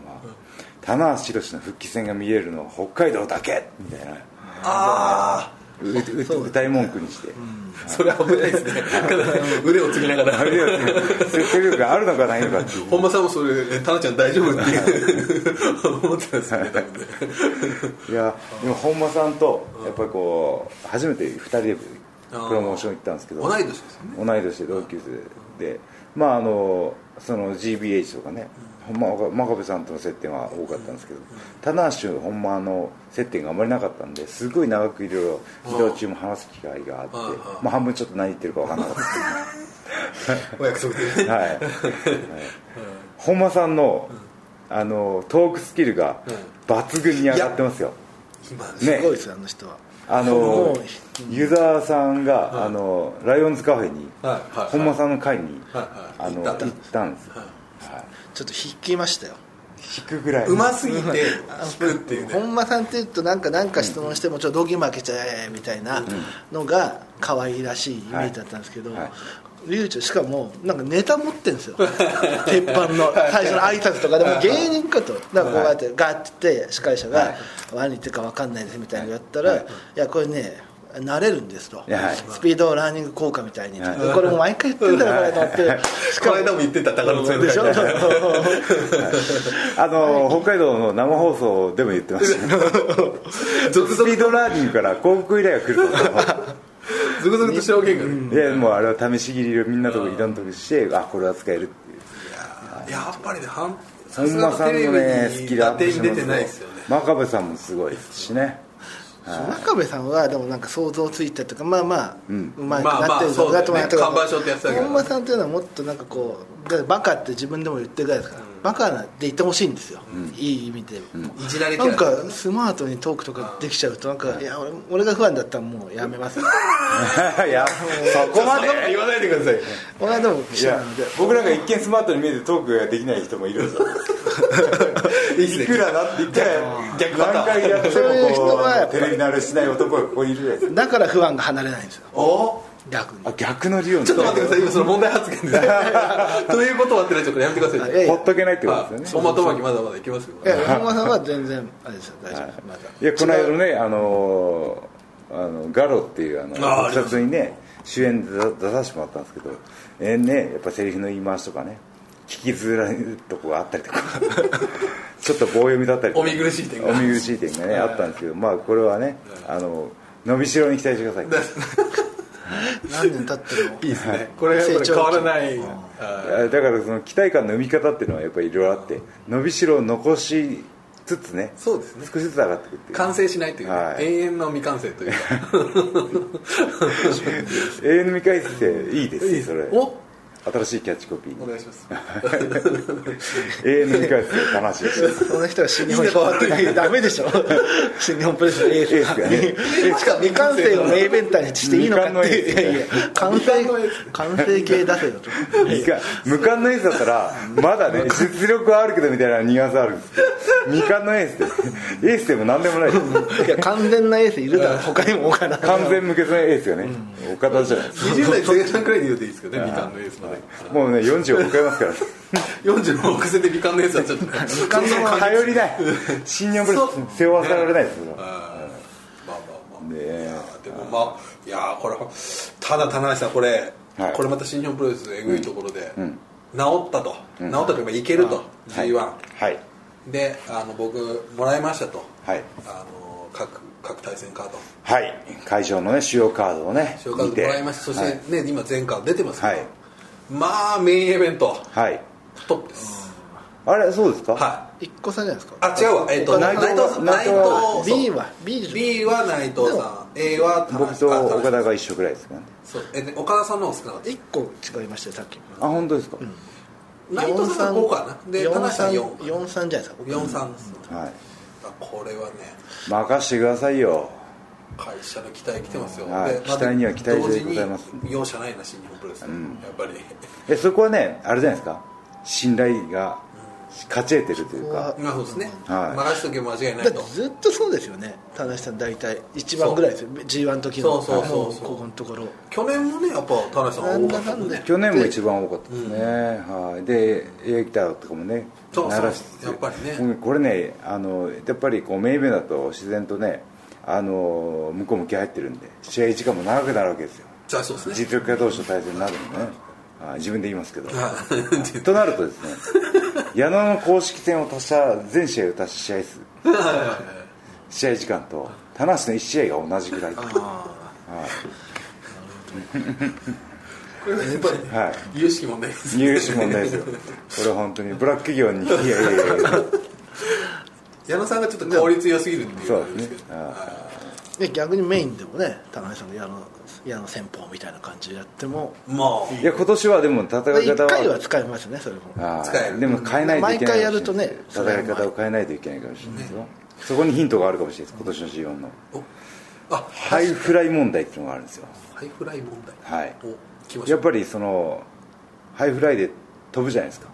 Speaker 1: 棚橋宏の復帰戦が見れるのは北海道だけみたいな。
Speaker 2: あ
Speaker 1: ううう歌い文句にして、
Speaker 2: あそれ危ないですね腕をつりながら
Speaker 1: あるいは説得力があるのかないのかっていう
Speaker 2: 本間さんもそれ「タナちゃん大丈夫?」っていう *laughs* 思ってたんですよね多分ね
Speaker 1: いやでも本間さんとやっぱりこう初めて2人でプロモーション行ったんですけど
Speaker 2: 同い年ですよね
Speaker 1: 同い年で同級生でまああのその GBH とかねまあ真壁さんとの接点は多かったんですけど棚橋本間の接点があまりなかったんですごい長くいろいろ移動中も話す機会があって
Speaker 2: うんうん
Speaker 1: まあ半分ちょっと何言ってるか分かんなかった
Speaker 2: お約束でね
Speaker 1: はい、はい本間さんの,、あのトークスキルが抜群に上がってますよ、
Speaker 2: 今ね
Speaker 1: ね
Speaker 3: すごいですよあの人は
Speaker 1: あ
Speaker 3: も
Speaker 1: の
Speaker 3: う
Speaker 1: 湯沢さんが、あのライオンズカフェに、
Speaker 2: はいはいはい
Speaker 1: 本間さんの会に、
Speaker 2: はいはい
Speaker 1: あの
Speaker 2: 行
Speaker 1: 行
Speaker 2: っ
Speaker 1: ったたんですよ、
Speaker 2: はい
Speaker 1: はい
Speaker 3: ちょっと引きましたよ
Speaker 1: 引くぐらいう
Speaker 2: ますぎて聞くっていうね
Speaker 3: 本間さんっていうとなんかなんか質問してもちょっと道義負けちゃえみたいなのが可愛らしいイメージだったんですけど、
Speaker 1: はいはい
Speaker 3: リュウチョしかもなんかネタ持ってんですよ鉄板の最初の挨拶とかでも芸人かとだからこうやってガッてって司会者が「何言ってるか分かんないです」みたいなのやったら「いやこれね慣れるんですと、
Speaker 1: いはい
Speaker 3: スピードラーニング効果みたいに、
Speaker 1: はい
Speaker 3: でこれも毎回言ってんだろうなと思って、し
Speaker 2: この間も言ってた高野剛
Speaker 3: でしょ
Speaker 1: あの、北海道の生放送でも言ってま
Speaker 2: *laughs*
Speaker 1: した、ね、
Speaker 2: 続
Speaker 1: スピードラーニングから広告依頼が来る
Speaker 2: 々続々と証言がね
Speaker 1: といやもうあれは試し切りをみんなとこいろんなとこしてあこれは使えるっていう
Speaker 2: やっぱりね半さ
Speaker 1: 本
Speaker 2: すが
Speaker 1: 間
Speaker 2: の
Speaker 1: さ
Speaker 2: テ
Speaker 1: んの
Speaker 2: レ
Speaker 1: ね
Speaker 2: ビ
Speaker 1: ス
Speaker 2: に
Speaker 1: キルア
Speaker 2: 打
Speaker 1: ップ
Speaker 2: 点
Speaker 1: し
Speaker 2: 出
Speaker 1: ます
Speaker 2: て
Speaker 1: よ
Speaker 2: ないですよね
Speaker 1: 真壁さんもすごいですし *laughs* ね
Speaker 3: 真壁さんはでもなんか想像ついたとかまあまあ、うまい
Speaker 2: まあまあ
Speaker 3: なってる
Speaker 2: そうだよね
Speaker 3: なと思ったけど
Speaker 2: 看板書ってやつだけど
Speaker 3: 本間さんっていうのはもっとなんかこうだからバカって自分でも言ってるぐらいですから、バカで言ってほしいんですよ、いい意味で、
Speaker 2: いじられキ
Speaker 3: な
Speaker 2: ャ
Speaker 3: ん
Speaker 2: ラ
Speaker 3: かスマートにトークとかできちゃうとなんかいや俺俺が不安だったらもうやめます
Speaker 1: *laughs* いやそこまで
Speaker 2: 言わないでください
Speaker 3: 俺はでも記
Speaker 1: い
Speaker 3: 者
Speaker 1: や
Speaker 3: なので
Speaker 1: 僕なんか一見スマートに見えてトークができない人もいるんですよ *laughs* いくらだって言って
Speaker 2: 逆パター
Speaker 1: 何
Speaker 2: ン
Speaker 1: 回やっても
Speaker 3: そういう人
Speaker 1: こ
Speaker 3: はやっ
Speaker 1: う
Speaker 3: ぱ
Speaker 1: テレビ慣れしない男がここにいるじゃないですか
Speaker 3: だから不安が離れないんですよ
Speaker 2: お
Speaker 3: 逆に
Speaker 1: あ逆の理論
Speaker 2: ちょっと待ってください今その問題発言ですということはってなっちゃうからやめてください
Speaker 3: いやいや
Speaker 1: ほっとけないってこ
Speaker 2: あ
Speaker 1: とですよ
Speaker 2: 本
Speaker 1: ね
Speaker 2: 間智樹まだまだいきますよ
Speaker 3: いや本間さんは全然あれですよ大丈夫ですまだ
Speaker 1: いやこの間のねあのーあのガロっていうあの
Speaker 2: あーありま
Speaker 1: 特撮にね主演で出出させてもらったんですけどえーねやっぱセリフの言い回しとかね聞きづらいとこがあったりとか *laughs* ちょっと棒読みだったりとか
Speaker 2: お見苦しい点が
Speaker 1: お見苦しい点がねあったんですけどまあこれはねあの伸びしろに期待してくださ
Speaker 2: *laughs*
Speaker 1: い
Speaker 3: 何年経っても
Speaker 2: いいですねこれはやっぱり変わらないあ
Speaker 1: あだからその期待感の生み方っていうのはやっぱりいろいろあって伸びしろを残しつつね
Speaker 2: そうですね
Speaker 1: 少しずつ上がっていくっていう
Speaker 2: 完成しないというね、
Speaker 1: はい
Speaker 2: 永遠の未完成というか
Speaker 1: 永遠の見返っていいです
Speaker 2: い
Speaker 1: よ
Speaker 2: いです
Speaker 1: それ
Speaker 2: お
Speaker 1: 新しいキャッチコピ
Speaker 2: お
Speaker 1: ー
Speaker 2: 願いします
Speaker 1: 永遠の見返すって話ですよ
Speaker 3: その人が新日本に変わってない *laughs* ダメでしょ新日本プレスのエースが
Speaker 1: エー
Speaker 3: しかも未完成を名イベンターにしていいのかっていう
Speaker 1: 未完のエース
Speaker 3: いやいや完成完成形出せよと
Speaker 1: いや無冠のエースだったらまだね実力はあるけどみたいなニュアンスあるんですけど未冠のエースでエースでも何でもないです
Speaker 3: いや完全なエースいるだろ *laughs* 他にもおから
Speaker 1: 完全無欠のエースがね、お方じゃないです
Speaker 2: 20代前半くらいで言うといいですけどね未完のエースまで
Speaker 1: もうね40を迎えますからね
Speaker 2: 40の目線で未完のエースはちょっとね未完のまあ
Speaker 1: 頼りない新日本プロレス背負わせられないですよ
Speaker 2: まあまあ
Speaker 1: ねえ
Speaker 2: でもまあいやーこれただ棚橋さんこれ、
Speaker 1: はい
Speaker 2: これまた新日本プロレスえぐいところで、治ったと、治ったというかいけると、
Speaker 1: はい
Speaker 2: G1、
Speaker 1: はい
Speaker 2: であの僕もらいましたと、
Speaker 1: はい
Speaker 2: あの各各対戦カード
Speaker 1: はい会場のね主要カードをね
Speaker 2: 紹介
Speaker 1: 見
Speaker 2: もらいましたそして、ね今全巻出てますけど、
Speaker 1: はい
Speaker 2: まあメインイベント
Speaker 1: はい、はい
Speaker 2: トップです
Speaker 1: あれそうですか
Speaker 2: はい
Speaker 3: *laughs* 一個差じゃないですか
Speaker 2: あ違うわえっ、と
Speaker 1: 内
Speaker 2: 内
Speaker 1: 藤
Speaker 2: 藤さん
Speaker 1: 内
Speaker 2: 内
Speaker 1: 藤
Speaker 2: 藤そう
Speaker 3: B は B でしょ
Speaker 2: B は内藤さん A は田中
Speaker 1: 僕と岡田
Speaker 2: あ
Speaker 1: が一緒ぐらいですかね
Speaker 2: そうえで岡田さんの方が少なかった
Speaker 3: 一個違いましたよさっき
Speaker 1: あ本当ですか、
Speaker 2: 内藤さんが5かなで田中さん4
Speaker 3: 43じゃないですか
Speaker 2: 四三です、
Speaker 1: はい
Speaker 2: あこれはね
Speaker 1: 任してくださいよ
Speaker 2: 会社の期待来てますよ、
Speaker 1: はい
Speaker 2: で
Speaker 1: 期待には期待でございます
Speaker 2: 同時に容赦ないな新日本プロレス、やっぱり *laughs*
Speaker 1: えそこはねあれじゃないですか信頼が勝ち得てるというか
Speaker 3: そ
Speaker 2: まあそうですね、
Speaker 1: はい
Speaker 2: 任しとけば間違いな
Speaker 3: だ
Speaker 2: い
Speaker 3: って
Speaker 2: と
Speaker 3: ずっとそうですよね田中さん大体一番ぐらいですよ G1 の時の
Speaker 2: そうそうそうそう
Speaker 3: もここのところ
Speaker 2: 去年もねやっぱ田中さん
Speaker 3: な
Speaker 2: は多
Speaker 3: んだ
Speaker 2: かっ
Speaker 3: か
Speaker 2: たも
Speaker 3: ん
Speaker 2: ん
Speaker 3: だ
Speaker 2: ね
Speaker 1: 去年も一番多かったですね、はいでエレキターとかもね
Speaker 2: そうそう
Speaker 1: 鳴らして
Speaker 2: やっぱりね
Speaker 1: うんこれねあのやっぱりこう名イベントだと自然とねあの向こう向き入ってるんで試合時間も長くなるわけですよ
Speaker 2: じゃあそうです *laughs* ね
Speaker 1: 実力家同士の対戦になるんでねあ自分で言いますけど
Speaker 2: はい
Speaker 1: *laughs* となるとですね
Speaker 3: *laughs*
Speaker 1: 矢野の公式戦を足した全試合を足した試合数試合時間と田無の1試合が同じぐらい
Speaker 2: これはやっぱりね、
Speaker 1: は
Speaker 2: 有識問題です
Speaker 1: 入試問題ですよこれ本当にブラック企業
Speaker 3: *laughs*
Speaker 1: にいやいやいやいや
Speaker 2: 矢野さんがちょっと効率良すぎるっていう
Speaker 1: そ
Speaker 2: の
Speaker 1: う
Speaker 2: があるん
Speaker 1: で
Speaker 2: ですす
Speaker 1: ね
Speaker 2: けど
Speaker 1: あ
Speaker 3: で逆にメインでもね田中さんが矢野矢野戦法みたいな感じでやっても
Speaker 2: ま
Speaker 1: ーいや今年はでも戦い方は
Speaker 3: 1回は使えますねそれも
Speaker 1: あー
Speaker 2: 使える
Speaker 1: でも変えないといけない
Speaker 3: 毎回やるとね
Speaker 1: 戦い方を変えないといけないかもしれないですよ、そこにヒントがあるかもしれないです今年の G1 の
Speaker 2: あおあ
Speaker 1: ハイフライ問題っていうのがあるんですよ
Speaker 2: ハイフライ問題
Speaker 1: はい
Speaker 2: お来ました
Speaker 1: やっぱりそのハイフライで飛ぶじゃないですか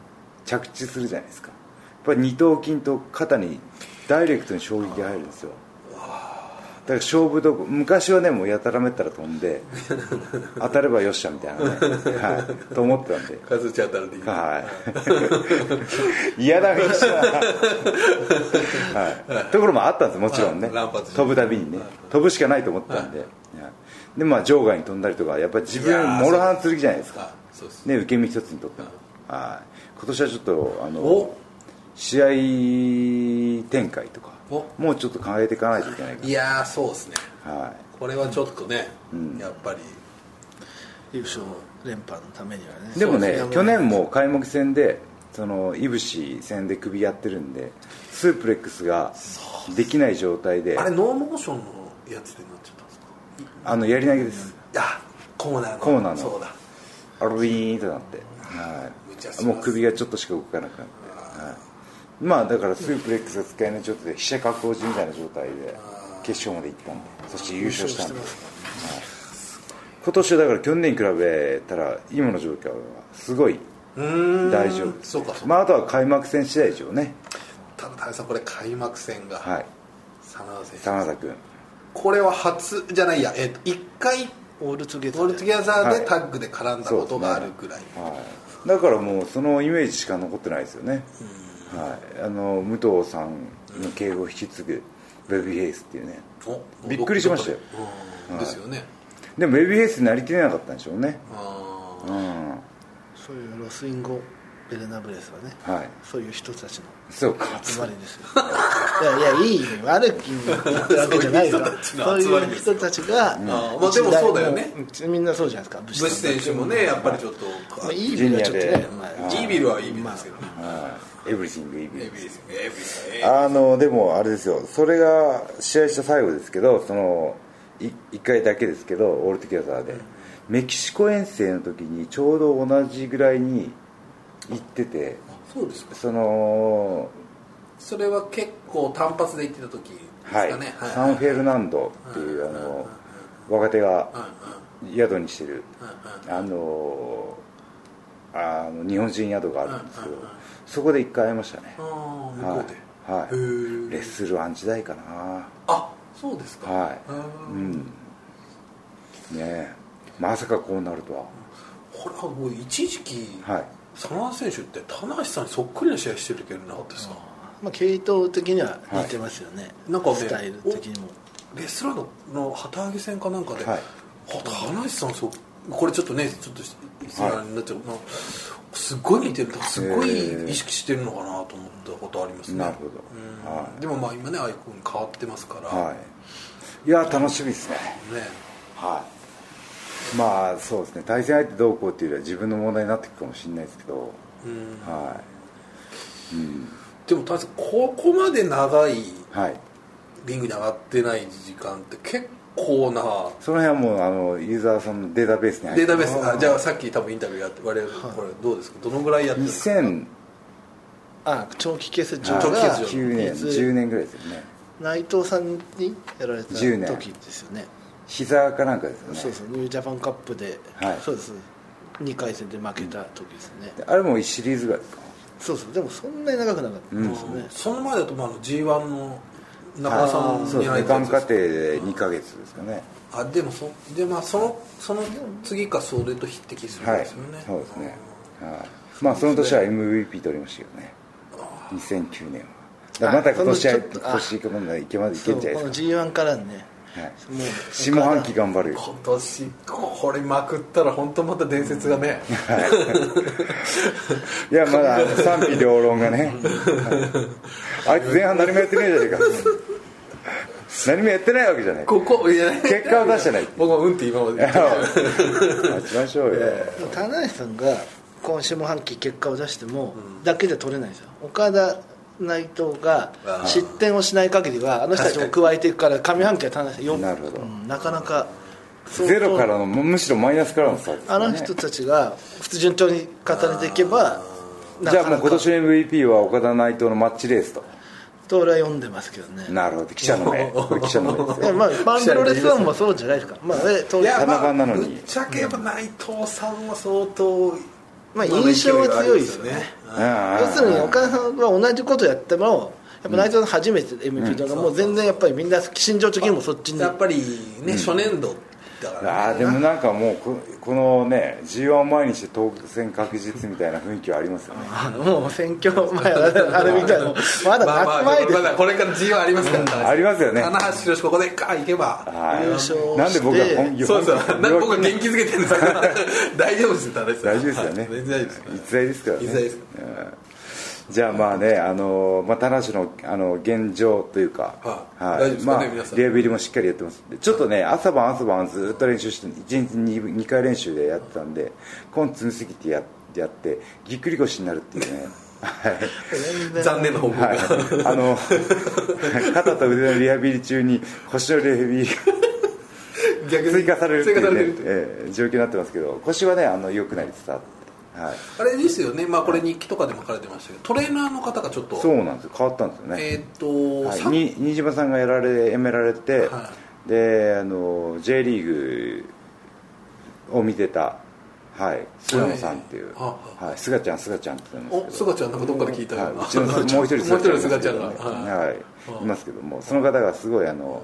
Speaker 1: 着地するじゃないですかやっぱり二頭筋と肩にダイレクトに衝撃が入るんですよだから勝負どこ昔はねもうやたらめったら飛ん
Speaker 2: *laughs*
Speaker 1: で当たればよっしゃみたいなね、はい、と思ってたんで
Speaker 2: カズチャータルディ
Speaker 1: はい嫌だめした、はい、ところもあったんですもちろんね
Speaker 2: はい乱発して
Speaker 1: 飛ぶたびにね飛ぶしかないと思ってたんで、はいでまあ場外に飛んだりとかやっぱり自分
Speaker 2: いやー
Speaker 1: もろ刃の剣じゃないですか
Speaker 2: あそうです
Speaker 1: ね、受け身一つにとっても、はい、今年はちょっとあの
Speaker 2: お
Speaker 1: 試合展開とか
Speaker 2: お
Speaker 1: もうちょっと考えていかないといけないか
Speaker 2: いやーそうですね
Speaker 1: ら、は
Speaker 2: これはちょっとね、やっぱり
Speaker 3: 優勝連覇のためにはね
Speaker 1: い、でも
Speaker 3: そ
Speaker 1: ね
Speaker 3: う
Speaker 1: 去年も開幕戦でそのいぶし戦で首やってるんでスープレックスができない状態で
Speaker 2: あれノーモーションのやつでなっちゃったんですか
Speaker 1: あのやり投げです
Speaker 2: いやコーナーの
Speaker 1: コーナーの
Speaker 2: そうだ
Speaker 1: あロビーンとなって、
Speaker 2: むちゃ
Speaker 1: は
Speaker 2: し
Speaker 1: い、
Speaker 2: ま
Speaker 1: も
Speaker 2: す
Speaker 1: う首がちょっとしか動かなくなって、はい、まあだからスープレックスが使えない状態で飛車確保時みたいな状態で決勝まで行ったんでそして優勝したんで今年はだから去年に比べたら今の状況はすごい大丈夫です
Speaker 2: そうかそうか
Speaker 1: まあ、あとは開幕戦次第でしょうね
Speaker 2: ただ田中さんこれ開幕戦が、
Speaker 1: はい
Speaker 2: 真田選手
Speaker 1: 真田君
Speaker 2: これは初じゃないや、えっと1回
Speaker 3: オールツゲ
Speaker 2: オ
Speaker 3: ー
Speaker 2: ー
Speaker 3: ト
Speaker 2: ルトゥギャザーでタッグで絡んだことがあるぐらい、
Speaker 1: はい、だからもうそのイメージしか残ってないですよね、はい、あの武藤さんの敬語を引き継ぐベビーフェイスっていうね
Speaker 2: お
Speaker 1: びっくりしましたよ、
Speaker 2: うんですよね
Speaker 1: でもベビーフェイスになりきれなかったんでしょうね
Speaker 2: あー
Speaker 1: うん
Speaker 3: そういうロスインゴベルナブレスはね、
Speaker 1: はい
Speaker 3: そういう人たちの
Speaker 1: そうか
Speaker 3: 集まりですよいやいやいい意味悪い意味ってわけじゃないから
Speaker 2: そ
Speaker 3: そうう
Speaker 2: いう人たちの集まりですよんあ
Speaker 3: いう人たちが、
Speaker 2: ーまあでもそうだよね
Speaker 3: 一代のみんなそうじゃないですか武
Speaker 2: 武士選手もねやっぱりちょっと
Speaker 3: まあ、いい意味はちょっと
Speaker 1: ジュニア
Speaker 3: ね
Speaker 1: で、
Speaker 3: まあ、
Speaker 2: イービルはいいビルですけどね
Speaker 1: エブリシングエブ
Speaker 2: エ
Speaker 1: リ
Speaker 2: ビですよねエビですね
Speaker 1: あのでもあれですよそれが試合した最後ですけどその1回だけですけどオールトゥギャザーで、メキシコ遠征の時にちょうど同じぐらいに行ってて
Speaker 2: そうですか
Speaker 1: その
Speaker 2: それは結構単発で行ってた時です
Speaker 1: はい、
Speaker 2: かねはい
Speaker 1: サンフェルナンドっていう、あの若手
Speaker 2: うん
Speaker 1: が
Speaker 2: うん
Speaker 1: 宿にしてる、
Speaker 2: うんうん
Speaker 1: あのあの日本人宿があるんですけど、
Speaker 2: うんうんうん
Speaker 1: そこで1回会いましたね、
Speaker 2: ああ向こうで
Speaker 1: はい、は
Speaker 2: へ
Speaker 1: い、
Speaker 2: ー
Speaker 1: レッスルワン時代かな
Speaker 2: あそうですか
Speaker 1: はい
Speaker 2: い
Speaker 1: う
Speaker 2: う
Speaker 1: んんねえまさかこうなるとは
Speaker 2: これはもう一時期
Speaker 1: はい
Speaker 2: 真田選手って棚橋さんにそっくりな試合してるけどなかったですか
Speaker 3: まあ、系統的には似てますよね、
Speaker 2: なんかね
Speaker 3: スタイル的にも
Speaker 2: レスラーの旗揚げ戦かなんかで、
Speaker 1: はい
Speaker 2: あ棚橋さんそうこれちょっとねちょっと失礼になっちゃう、なすっごい似てるすっごい意識してるのかなと思ったことありますね
Speaker 1: なるほど
Speaker 2: うん
Speaker 1: は
Speaker 2: でもまあ今ねアイコンに変わってますから、
Speaker 1: はいいや楽しみですね
Speaker 2: ね
Speaker 1: はいまあそうですね対戦相手どうこうっていうよりは自分の問題になっていくかもしれないですけど
Speaker 2: うん
Speaker 1: は
Speaker 2: でも大勢ここまで長い
Speaker 1: いはい
Speaker 2: リングに上がってない時間って結構な
Speaker 1: その辺はもうあのユーザーさんのデータベースに入
Speaker 2: デー
Speaker 1: って
Speaker 2: タベースあじゃあさっき多分インタビューやって我々これどうですかどのぐらいやってるんですか
Speaker 1: 2009
Speaker 3: あ長期欠
Speaker 2: 長
Speaker 3: 場
Speaker 2: 期
Speaker 3: が
Speaker 2: 欠場
Speaker 1: 年10年ぐらいですよね
Speaker 3: 内藤さんにやられた
Speaker 1: 10年
Speaker 3: 時ですよね
Speaker 1: 膝かなんかですよね
Speaker 3: そうそうニュージャパンカップで、
Speaker 1: はい
Speaker 3: そうです2回戦で負けた時ですね、
Speaker 1: であれも1シリーズぐらいですか
Speaker 3: そうそうでもそんなに長くなかったですね、
Speaker 2: その前だとまああの G1 の中田
Speaker 1: あ
Speaker 2: さ
Speaker 1: ー
Speaker 2: ん
Speaker 1: そうで
Speaker 2: に
Speaker 1: す
Speaker 2: な
Speaker 1: ね
Speaker 2: い
Speaker 1: 眼
Speaker 2: やつ
Speaker 1: 科庭で2ヶ月ですかね
Speaker 2: あでもそでまあそのその次かそれと匹敵するん
Speaker 1: はい
Speaker 2: ですよね、
Speaker 1: そうですねはいまあその年は MVP 取りましたけどね2009年はだからまた今年は
Speaker 3: あそのちょっとあ
Speaker 1: 年いくもんだいけまでいけ
Speaker 3: そ
Speaker 1: ん
Speaker 3: う
Speaker 1: じゃな
Speaker 3: こ
Speaker 1: い
Speaker 3: の
Speaker 1: です
Speaker 3: G1 からのね
Speaker 1: か、はい、
Speaker 3: もう
Speaker 1: 下半期頑張るよ
Speaker 2: 今年これまくったら本当また伝説がね、
Speaker 1: いやまだあの賛否両論がね、はいあいつ前半何もやってないじゃないか何もやってないわけじゃない
Speaker 2: ここいや
Speaker 1: 結果を出
Speaker 2: *laughs*
Speaker 1: してない
Speaker 2: 僕もうんって今まで言って
Speaker 1: *laughs* 待ちましょうよ、
Speaker 3: でも田中さんが今下半期結果を出しても、だけじゃ取れないんですよ岡田内藤が
Speaker 2: あー
Speaker 3: 失点をしない限りはあの人たちも加えていくから上半期は田中さんよ
Speaker 1: なるほど
Speaker 3: うんなかなか相当
Speaker 1: ゼロからのむむしろマイナスからのスタートですか
Speaker 3: あ
Speaker 1: らね
Speaker 3: の人たちが普通順調に重ねていけばな
Speaker 1: じゃ
Speaker 3: か
Speaker 1: あも
Speaker 3: な
Speaker 1: う今
Speaker 3: か
Speaker 1: 年の MVP は岡田内藤のマッチレースと
Speaker 3: と俺は読んでますけどね
Speaker 1: なるほど記者の目これ記者の目です
Speaker 3: でも
Speaker 1: よ
Speaker 3: まあファンプロレスワンもそうじゃないですかまあえ当
Speaker 2: い
Speaker 3: 然
Speaker 2: やま
Speaker 1: 田中
Speaker 2: あ
Speaker 1: なのに
Speaker 2: ぶっちゃけやっぱ内藤さんは相当
Speaker 3: まあ印象は強いですよね
Speaker 1: うんうんうん
Speaker 3: 要するに岡田さんは同じことやってもやっぱ内藤さん初めて MVP とか、もう全然やっぱりみんな心情的にもそっちに
Speaker 2: やっぱりね、初年度だから、
Speaker 1: ああでもなんかもうここのね g 1前にして当選確実みたいな雰囲気はありますよね
Speaker 3: あのもう選挙前はあれみたいなまだ
Speaker 2: まあ
Speaker 3: 夏
Speaker 2: まあ
Speaker 3: 前です、
Speaker 2: まだこれから G はありますから、
Speaker 1: ありますよね
Speaker 2: 棚橋宏ここでか行けば、
Speaker 1: はい
Speaker 3: 優勝して
Speaker 1: なんで僕は本業
Speaker 2: そうそう
Speaker 1: 本
Speaker 2: なん
Speaker 1: 業
Speaker 2: か僕は元気づけてる
Speaker 1: *laughs*
Speaker 2: んですけど大丈夫ですよ田中さん
Speaker 1: 大丈夫ですよね
Speaker 2: はい全然大丈夫です
Speaker 1: 逸材ですからね
Speaker 2: 逸材です
Speaker 1: うんじゃあまあねあのまあ田中のあの現状というか
Speaker 2: はい大丈夫ですかね
Speaker 1: まあ
Speaker 2: 皆さん
Speaker 1: リハビリもしっかりやってますんでちょっとね朝晩朝晩ずっと練習して1日に2回練習でやってたんで根詰めすぎてややってぎっくり腰になるっていうねはい
Speaker 3: 全然
Speaker 2: 残念な報告が、
Speaker 1: はい、あの肩と腕のリハビリ中に腰のリハビリ
Speaker 2: 逆
Speaker 1: が追加されるって
Speaker 2: 追加
Speaker 1: い
Speaker 2: さ
Speaker 1: う、
Speaker 2: れ
Speaker 1: ね
Speaker 2: る
Speaker 1: ええ状況になってますけど腰はねあの良くなりつつあって、はい、
Speaker 2: あれですよね、まあ、これ日記とかでも書かれてましたけどトレーナーの方がちょっと
Speaker 1: そうなんですよ変わったんですよね、
Speaker 2: えーっ、と、
Speaker 1: はい
Speaker 2: さ
Speaker 1: に新島さんがやられ辞められて、
Speaker 2: は
Speaker 1: であの J リーグを見てた、はい、菅野さんっていう、
Speaker 2: は
Speaker 1: はいい菅ちゃん菅ちゃんって言うんです
Speaker 2: お
Speaker 1: けど
Speaker 2: すがちゃんなんかどっかで聞いたような、
Speaker 1: はい、うち
Speaker 2: *laughs*
Speaker 1: のもう一人
Speaker 2: もう一人すが
Speaker 1: 菅
Speaker 2: ち
Speaker 1: ち
Speaker 2: ゃ
Speaker 1: ゃ
Speaker 2: ん
Speaker 1: ん
Speaker 2: が、
Speaker 1: がいますけどね
Speaker 2: はい
Speaker 1: はいいますけどもその方がすごいあの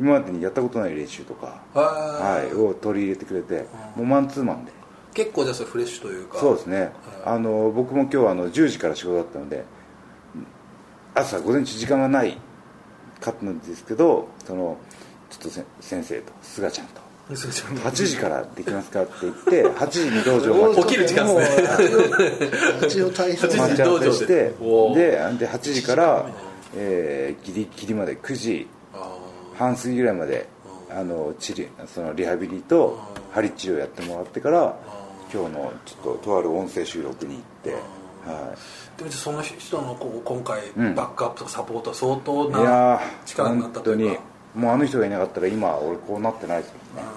Speaker 1: 今までにやったことない練習とか、
Speaker 2: は
Speaker 1: はいい、を取り入れてくれてもうマンツーマンで
Speaker 2: 結構じゃあそれフレッシュというか
Speaker 1: そうですねあの僕も今日あの10時から仕事だったので朝午前中時間がないかったんですけどそのちょっとせ先生と菅ちゃんと
Speaker 2: そうですよね
Speaker 1: 8時からできますかって言って8時
Speaker 2: *laughs*
Speaker 1: に道場まで
Speaker 2: 起きる時間ですね
Speaker 3: ね一応大変
Speaker 1: 待ち合わせしてで
Speaker 2: おー
Speaker 1: で8時から、えー、ギリギリまで9時半過ぎぐらいまであの治療そのリハビリと針治療やってもらってから今日のちょっととある音声収録に行って、は
Speaker 2: でもその人のこう今回
Speaker 1: うん
Speaker 2: バックアップとかサポートは相
Speaker 1: い、
Speaker 2: 当
Speaker 1: いや
Speaker 2: な
Speaker 1: ー
Speaker 2: 力になっ
Speaker 1: 本
Speaker 2: たと
Speaker 1: 当
Speaker 2: いう
Speaker 1: に
Speaker 2: か
Speaker 1: もうあの人がいなかったら今俺こうなってないですもんね、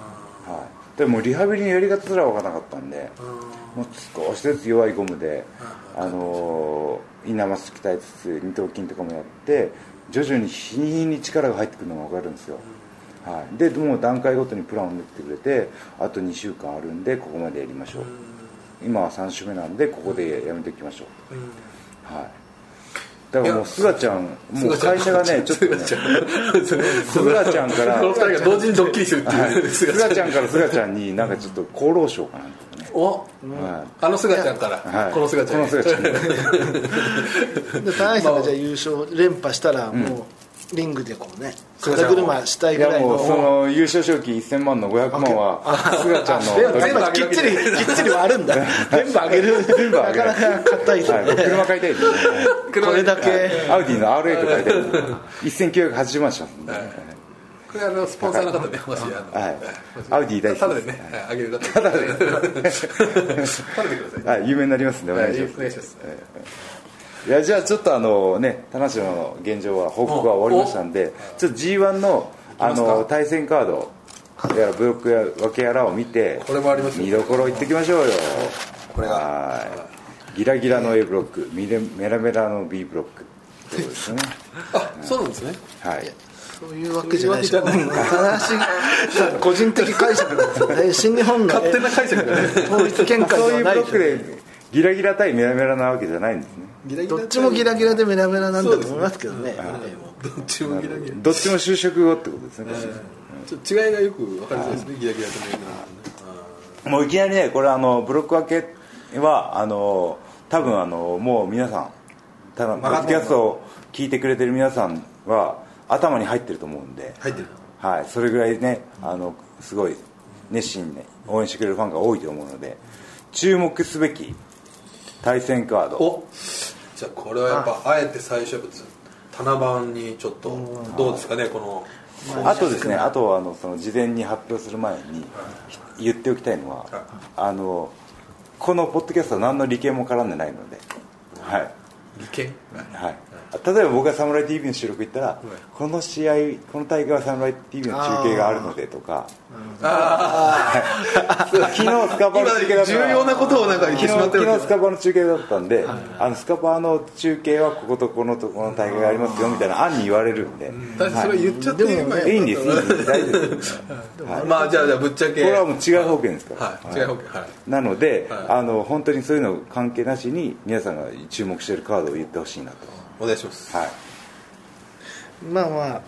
Speaker 1: はい、でもリハビリのやり方すら分からなかったんでもう少しずつ弱いゴムで、あのー、インナーマッスル鍛えつつ二頭筋とかもやって徐々に日に日に力が入ってくるのが分かるんですよ、はい、でもう段階ごとにプランを練ってくれてあと2週間あるんでここまでやりましょう、今は3週目なんでここでやめておきましょう、はいだからもうすがちゃんもう会社が
Speaker 2: *laughs*
Speaker 1: ねちょっとね
Speaker 2: すが
Speaker 1: 菅ちゃんから
Speaker 2: *laughs* この二人が同時にドッキリするっていう
Speaker 1: す
Speaker 2: すが
Speaker 1: が
Speaker 2: ち
Speaker 1: ち
Speaker 2: ゃん
Speaker 1: ゃんからすがちゃんになんかちょっと厚労省かなんかね、
Speaker 2: お
Speaker 1: は
Speaker 2: あのすがちゃんか
Speaker 1: いは
Speaker 2: ら
Speaker 1: い
Speaker 2: このすがちゃん
Speaker 1: この菅ちゃん
Speaker 3: で田中さんがじゃあ優勝連覇したらもうリングでこうね
Speaker 2: そうじゃ
Speaker 3: 肩
Speaker 2: ん
Speaker 3: 車したい
Speaker 1: い
Speaker 3: ぐ
Speaker 1: や
Speaker 3: らい
Speaker 1: もうそ
Speaker 3: の
Speaker 1: の優勝賞金1000万の500万はすがちゃんの
Speaker 3: でも
Speaker 1: 取り
Speaker 3: 全
Speaker 1: 分
Speaker 3: 部きっちりきっちり割るんだ全部あげる
Speaker 1: 全部あげる
Speaker 3: なかなか硬いですよ
Speaker 1: はい
Speaker 3: ね
Speaker 1: 車買いたいですね
Speaker 3: これだけ
Speaker 1: アウディの R8 買いたいです1980万しますんで
Speaker 2: これあのスポンサーの方ねもしあの
Speaker 1: はいアウディ大
Speaker 2: た
Speaker 1: 好
Speaker 2: だ
Speaker 1: きで
Speaker 2: でね
Speaker 1: す
Speaker 2: はいあげる方ただでただでください
Speaker 1: はい有名になりますんでお願いし
Speaker 2: はい
Speaker 1: ま
Speaker 2: お願いし
Speaker 1: す
Speaker 2: ます
Speaker 1: いやじゃあちょっとあのね田中の現状は報告は終わりましたんでちょっと G1 のあ
Speaker 2: いきます
Speaker 1: の
Speaker 2: か
Speaker 1: 対戦カードやらブロックや分けやらを見て
Speaker 2: これもありますよ
Speaker 1: 見どころ行ってきましょうよ
Speaker 2: これが
Speaker 1: はいギラギラの A ブロックミレメラメラの B ブロックってことですよね
Speaker 2: あそうなんですね
Speaker 1: はい
Speaker 3: そういうわけじゃないでしょ
Speaker 2: そういう
Speaker 3: 正しい個人的解釈なんですよね新日本の
Speaker 2: 勝手な解釈だね
Speaker 3: 統一見解
Speaker 1: そうい
Speaker 3: で
Speaker 1: うブ
Speaker 3: はない
Speaker 1: ロッ
Speaker 3: です
Speaker 1: ク
Speaker 3: よね
Speaker 1: でギラギラ対メラメラなわけじゃないんですね
Speaker 2: ギラギラ
Speaker 3: どっちもギラギラでメラメラなんだと思いますけどね
Speaker 2: どっちもギラギラ
Speaker 1: どっちも就職後ってことですね、
Speaker 2: ちょっと違いがよく分かりそうですねギラギラとメラメラのね
Speaker 1: もういきなりねこれあのブロック分けはあの多分あのもう皆さんただポッドキャストを聞いてくれてる皆さんは頭に入ってると思うんで、
Speaker 2: 入ってる
Speaker 1: はい、それぐらいねあのすごい熱心に、ね、応援してくれるファンが多いと思うので注目すべき対戦カード
Speaker 2: おじゃあこれはやっぱあえて最初やっぱず棚番にちょっとどうですかねこの
Speaker 1: あとですね、あとはあのその事前に発表する前に言っておきたいのは、あのこのポッドキャストは何の利権も絡んでないので、はい
Speaker 2: 利権
Speaker 1: はい、例えば僕が「サムライ TV」の収録行ったら、この試合、この大会は「サムライ TV」の中継があるのでとか、はい昨日スカパーの中継だった
Speaker 2: 今重要なことをなんか言ってしまって
Speaker 1: 昨日
Speaker 2: る
Speaker 1: 昨日スカパーの中継だったんで、あのスカパーの中継はこことこのとこの大会がありますよみたいな案に言われるんで、
Speaker 2: だってそれ言っちゃって
Speaker 3: でも
Speaker 2: 今やっぱ
Speaker 1: いいんです、いいんです、大丈夫です。
Speaker 2: まあじゃあじゃあぶっちゃけ
Speaker 1: これはもう違う保険ですから、
Speaker 2: はい違う保険はい
Speaker 1: なので、
Speaker 2: はい
Speaker 1: あの本当にそういうの関係なしに皆さんが注目しているカードを言ってほしいなと
Speaker 2: お願いします
Speaker 1: はい
Speaker 3: まあまあ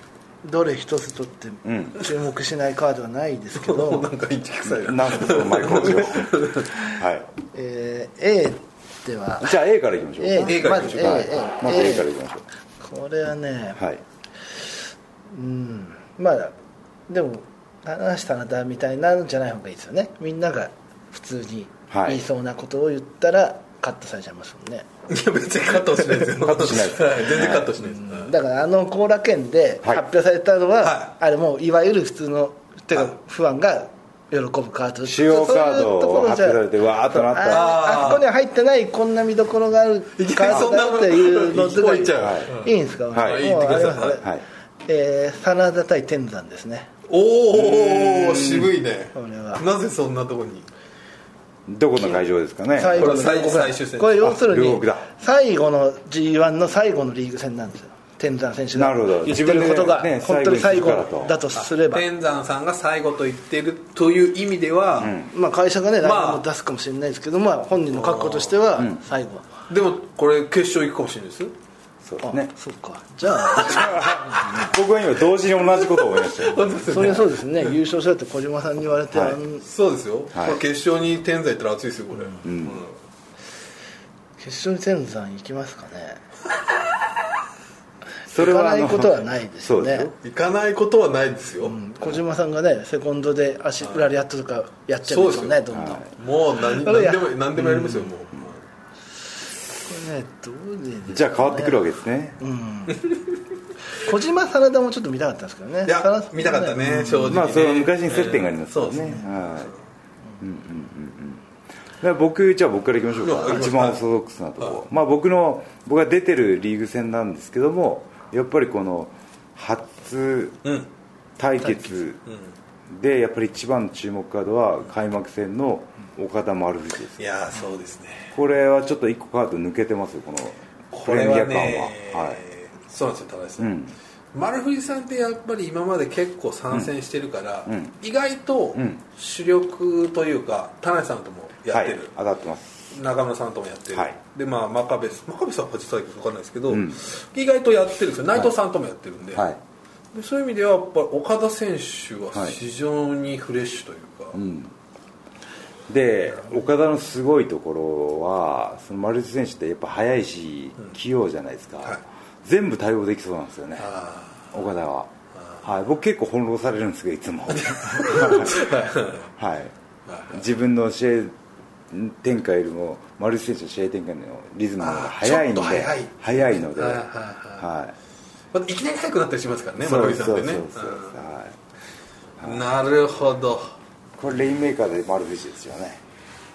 Speaker 3: どれ一つ取って
Speaker 1: ん
Speaker 3: 注目しないカードはないですけ
Speaker 2: も
Speaker 3: ど
Speaker 1: *laughs*
Speaker 2: うなんか言ってくさいな
Speaker 1: なんとそのマイ工場は
Speaker 2: *laughs*
Speaker 1: い
Speaker 3: えー A では
Speaker 1: じゃあ A からいきましょう
Speaker 3: A,
Speaker 2: A からいきま
Speaker 3: ま
Speaker 2: し
Speaker 3: ず
Speaker 2: ょ
Speaker 3: A,
Speaker 2: う
Speaker 3: A,
Speaker 1: はい
Speaker 3: A,
Speaker 1: まず A からいきましょ
Speaker 3: これはね、
Speaker 1: うはい
Speaker 3: うんまあでも話したなだみたいなんじゃない方がいいですよねみんなが普通に
Speaker 1: はい
Speaker 3: 言いそうなことを言ったらカットされちゃいますもんね、
Speaker 2: いや別にカットはしないですよ
Speaker 1: カットしないです
Speaker 2: はい全然カットしないですはい
Speaker 3: だからあの後楽園で
Speaker 1: はい
Speaker 3: 発表されたのは、
Speaker 2: は
Speaker 3: あれもういわゆる普通のて
Speaker 2: はい
Speaker 3: か不安が喜ぶカード
Speaker 1: 主要カードを
Speaker 3: そういうところじゃ
Speaker 1: 発表されてわーっとなった
Speaker 3: あ
Speaker 2: あー
Speaker 3: あそこには入ってないこんな見どころがある
Speaker 2: いき
Speaker 3: カ
Speaker 2: なり
Speaker 3: ー
Speaker 2: そ
Speaker 3: ド
Speaker 2: んな
Speaker 3: だっていうの
Speaker 2: 聞こえちゃう
Speaker 3: いいんですか、
Speaker 1: はい
Speaker 3: もうあります
Speaker 2: 言
Speaker 3: ね
Speaker 2: ってください
Speaker 1: はい
Speaker 3: えー真田対天山ですね
Speaker 2: おお渋いね
Speaker 3: これは
Speaker 2: なぜそんなとこに
Speaker 1: どこの会場ですかね
Speaker 3: 最後の
Speaker 2: これ
Speaker 3: 両国だ
Speaker 2: 最最終戦
Speaker 3: これ要する
Speaker 1: あ
Speaker 3: に
Speaker 1: 両国だ
Speaker 3: 最後の g 1の最後のリーグ戦なんですよ天山選手
Speaker 1: な
Speaker 3: が
Speaker 1: るほど
Speaker 3: 言ってることが
Speaker 1: 自分でね
Speaker 3: 本当に最後
Speaker 1: 最後にするからと
Speaker 3: だとすれば
Speaker 2: 天山さんが最後と言ってるという意味では、
Speaker 3: まあ会社がね来
Speaker 2: まあ
Speaker 3: 年も出すかもしれないですけどまあ本人の覚悟としては最後
Speaker 2: でもこれ決勝行くかもしれないですよ
Speaker 1: そうで
Speaker 3: あ
Speaker 1: すね
Speaker 3: そっかじゃあ *laughs*
Speaker 1: 僕は今同時に同じことを思いましたよ
Speaker 3: それそうですね優勝したって小島さんに言われて
Speaker 1: はい
Speaker 3: あん
Speaker 2: そうですよ、
Speaker 1: はい
Speaker 2: これ決勝に天山行ったら熱いですよこれ、うん
Speaker 3: 決勝に天山行きますかね
Speaker 1: それ
Speaker 3: 行か
Speaker 1: は
Speaker 3: な
Speaker 1: あ
Speaker 3: い
Speaker 1: の
Speaker 3: ことはないですよ
Speaker 1: そうです
Speaker 3: ね
Speaker 1: よ
Speaker 2: 行かないことはないですよ、
Speaker 3: うん小島さんがねセコンドで足裏リアットとかやっちゃうん
Speaker 2: そう
Speaker 3: で
Speaker 2: ですすよ
Speaker 3: よねどんどん、
Speaker 1: はい
Speaker 2: もう何
Speaker 3: それ
Speaker 2: 何
Speaker 3: や
Speaker 2: でも何でもやりますよ、もう
Speaker 3: これねどうでですかね
Speaker 1: じゃあ変わってくるわけですね、
Speaker 3: うん小島サラダもちょっと見たかったんですけどね
Speaker 2: いや
Speaker 3: サラダ
Speaker 2: 見たかったね、正直ね
Speaker 1: まあその昔に接点がありますからね,、
Speaker 2: そうですね
Speaker 1: はいうんうんうんうんだから僕じゃあ僕からいきましょう
Speaker 2: いや
Speaker 1: か
Speaker 2: いきます
Speaker 1: 一番オーソドックスなとこ、
Speaker 2: はい
Speaker 1: まあ僕の僕が出てるリーグ戦なんですけどもやっぱりこの初
Speaker 2: うん
Speaker 1: 対決でやっぱり一番の注目カードは開幕戦の岡田丸藤です
Speaker 2: いやーそうですね
Speaker 1: これはちょっと一個カード抜けてますよこの
Speaker 2: こ
Speaker 1: プレ
Speaker 2: れ
Speaker 1: ミア
Speaker 2: は
Speaker 1: 感は
Speaker 2: ね
Speaker 1: はい
Speaker 2: そうなんですよ高橋さん、
Speaker 1: うん
Speaker 2: 丸藤さんってやっぱり今まで結構参戦してるから、
Speaker 1: うん
Speaker 2: 意外と
Speaker 1: うん
Speaker 2: 主力というか田中さんともやってる、
Speaker 1: はい、当たってます
Speaker 2: 中村さんともやってる、
Speaker 1: はい
Speaker 2: でまあ真壁さん真壁さんは実際分かんないですけど、
Speaker 1: うん
Speaker 2: 意外とやってるんですよ内藤さんともやってるんで,、
Speaker 1: はい
Speaker 2: でそういう意味ではやっぱり岡田選手は
Speaker 1: はい
Speaker 2: 非常にフレッシュというか、
Speaker 1: うん、で岡田のすごいところはそのマルチ選手ってやっぱ速いし、器用じゃないですか、
Speaker 2: はい
Speaker 1: 全部対応できそうなんですよね
Speaker 2: あ
Speaker 1: 岡田は、はい、僕結構翻弄されるんですけどいつ
Speaker 2: *laughs*
Speaker 1: も、はい、自分の試合展開よりもマルチ選手の試合展開のリズムの方が速いので
Speaker 2: あーちょっと速い
Speaker 1: 速いので、
Speaker 2: はいはい
Speaker 1: は
Speaker 2: ーまあいきなり速くなったりしますから
Speaker 1: い
Speaker 2: ね真
Speaker 1: そう
Speaker 2: 壁
Speaker 1: そ
Speaker 2: さ
Speaker 1: うんそう
Speaker 2: って
Speaker 1: そう
Speaker 2: ね、
Speaker 1: はい
Speaker 2: うんなるほど
Speaker 1: これレインメーカーで丸藤ですよね、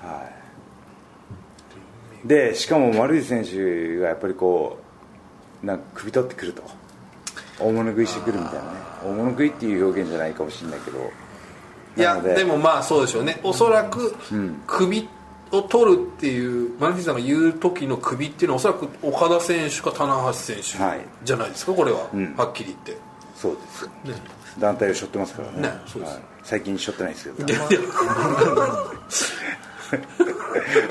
Speaker 1: はい、でしかも丸藤選手がやっぱりこうなんか食い取ってくると大物食いしてくるみたいなね大物食いっていう表現じゃないかもしれないけど
Speaker 2: いや
Speaker 1: なので
Speaker 2: でもまあそうでしょうねおそらく首を取るっていうマルフィさんが言う時の首っていうのはおそらく岡田選手か棚橋選手
Speaker 1: はい
Speaker 2: じゃないですかこれは、
Speaker 1: ん
Speaker 2: はっきり言って。
Speaker 1: そうです
Speaker 2: ね
Speaker 1: 団体を背負ってますからね
Speaker 2: ねそうです
Speaker 1: はい最近背負ってないですけど
Speaker 2: いやいや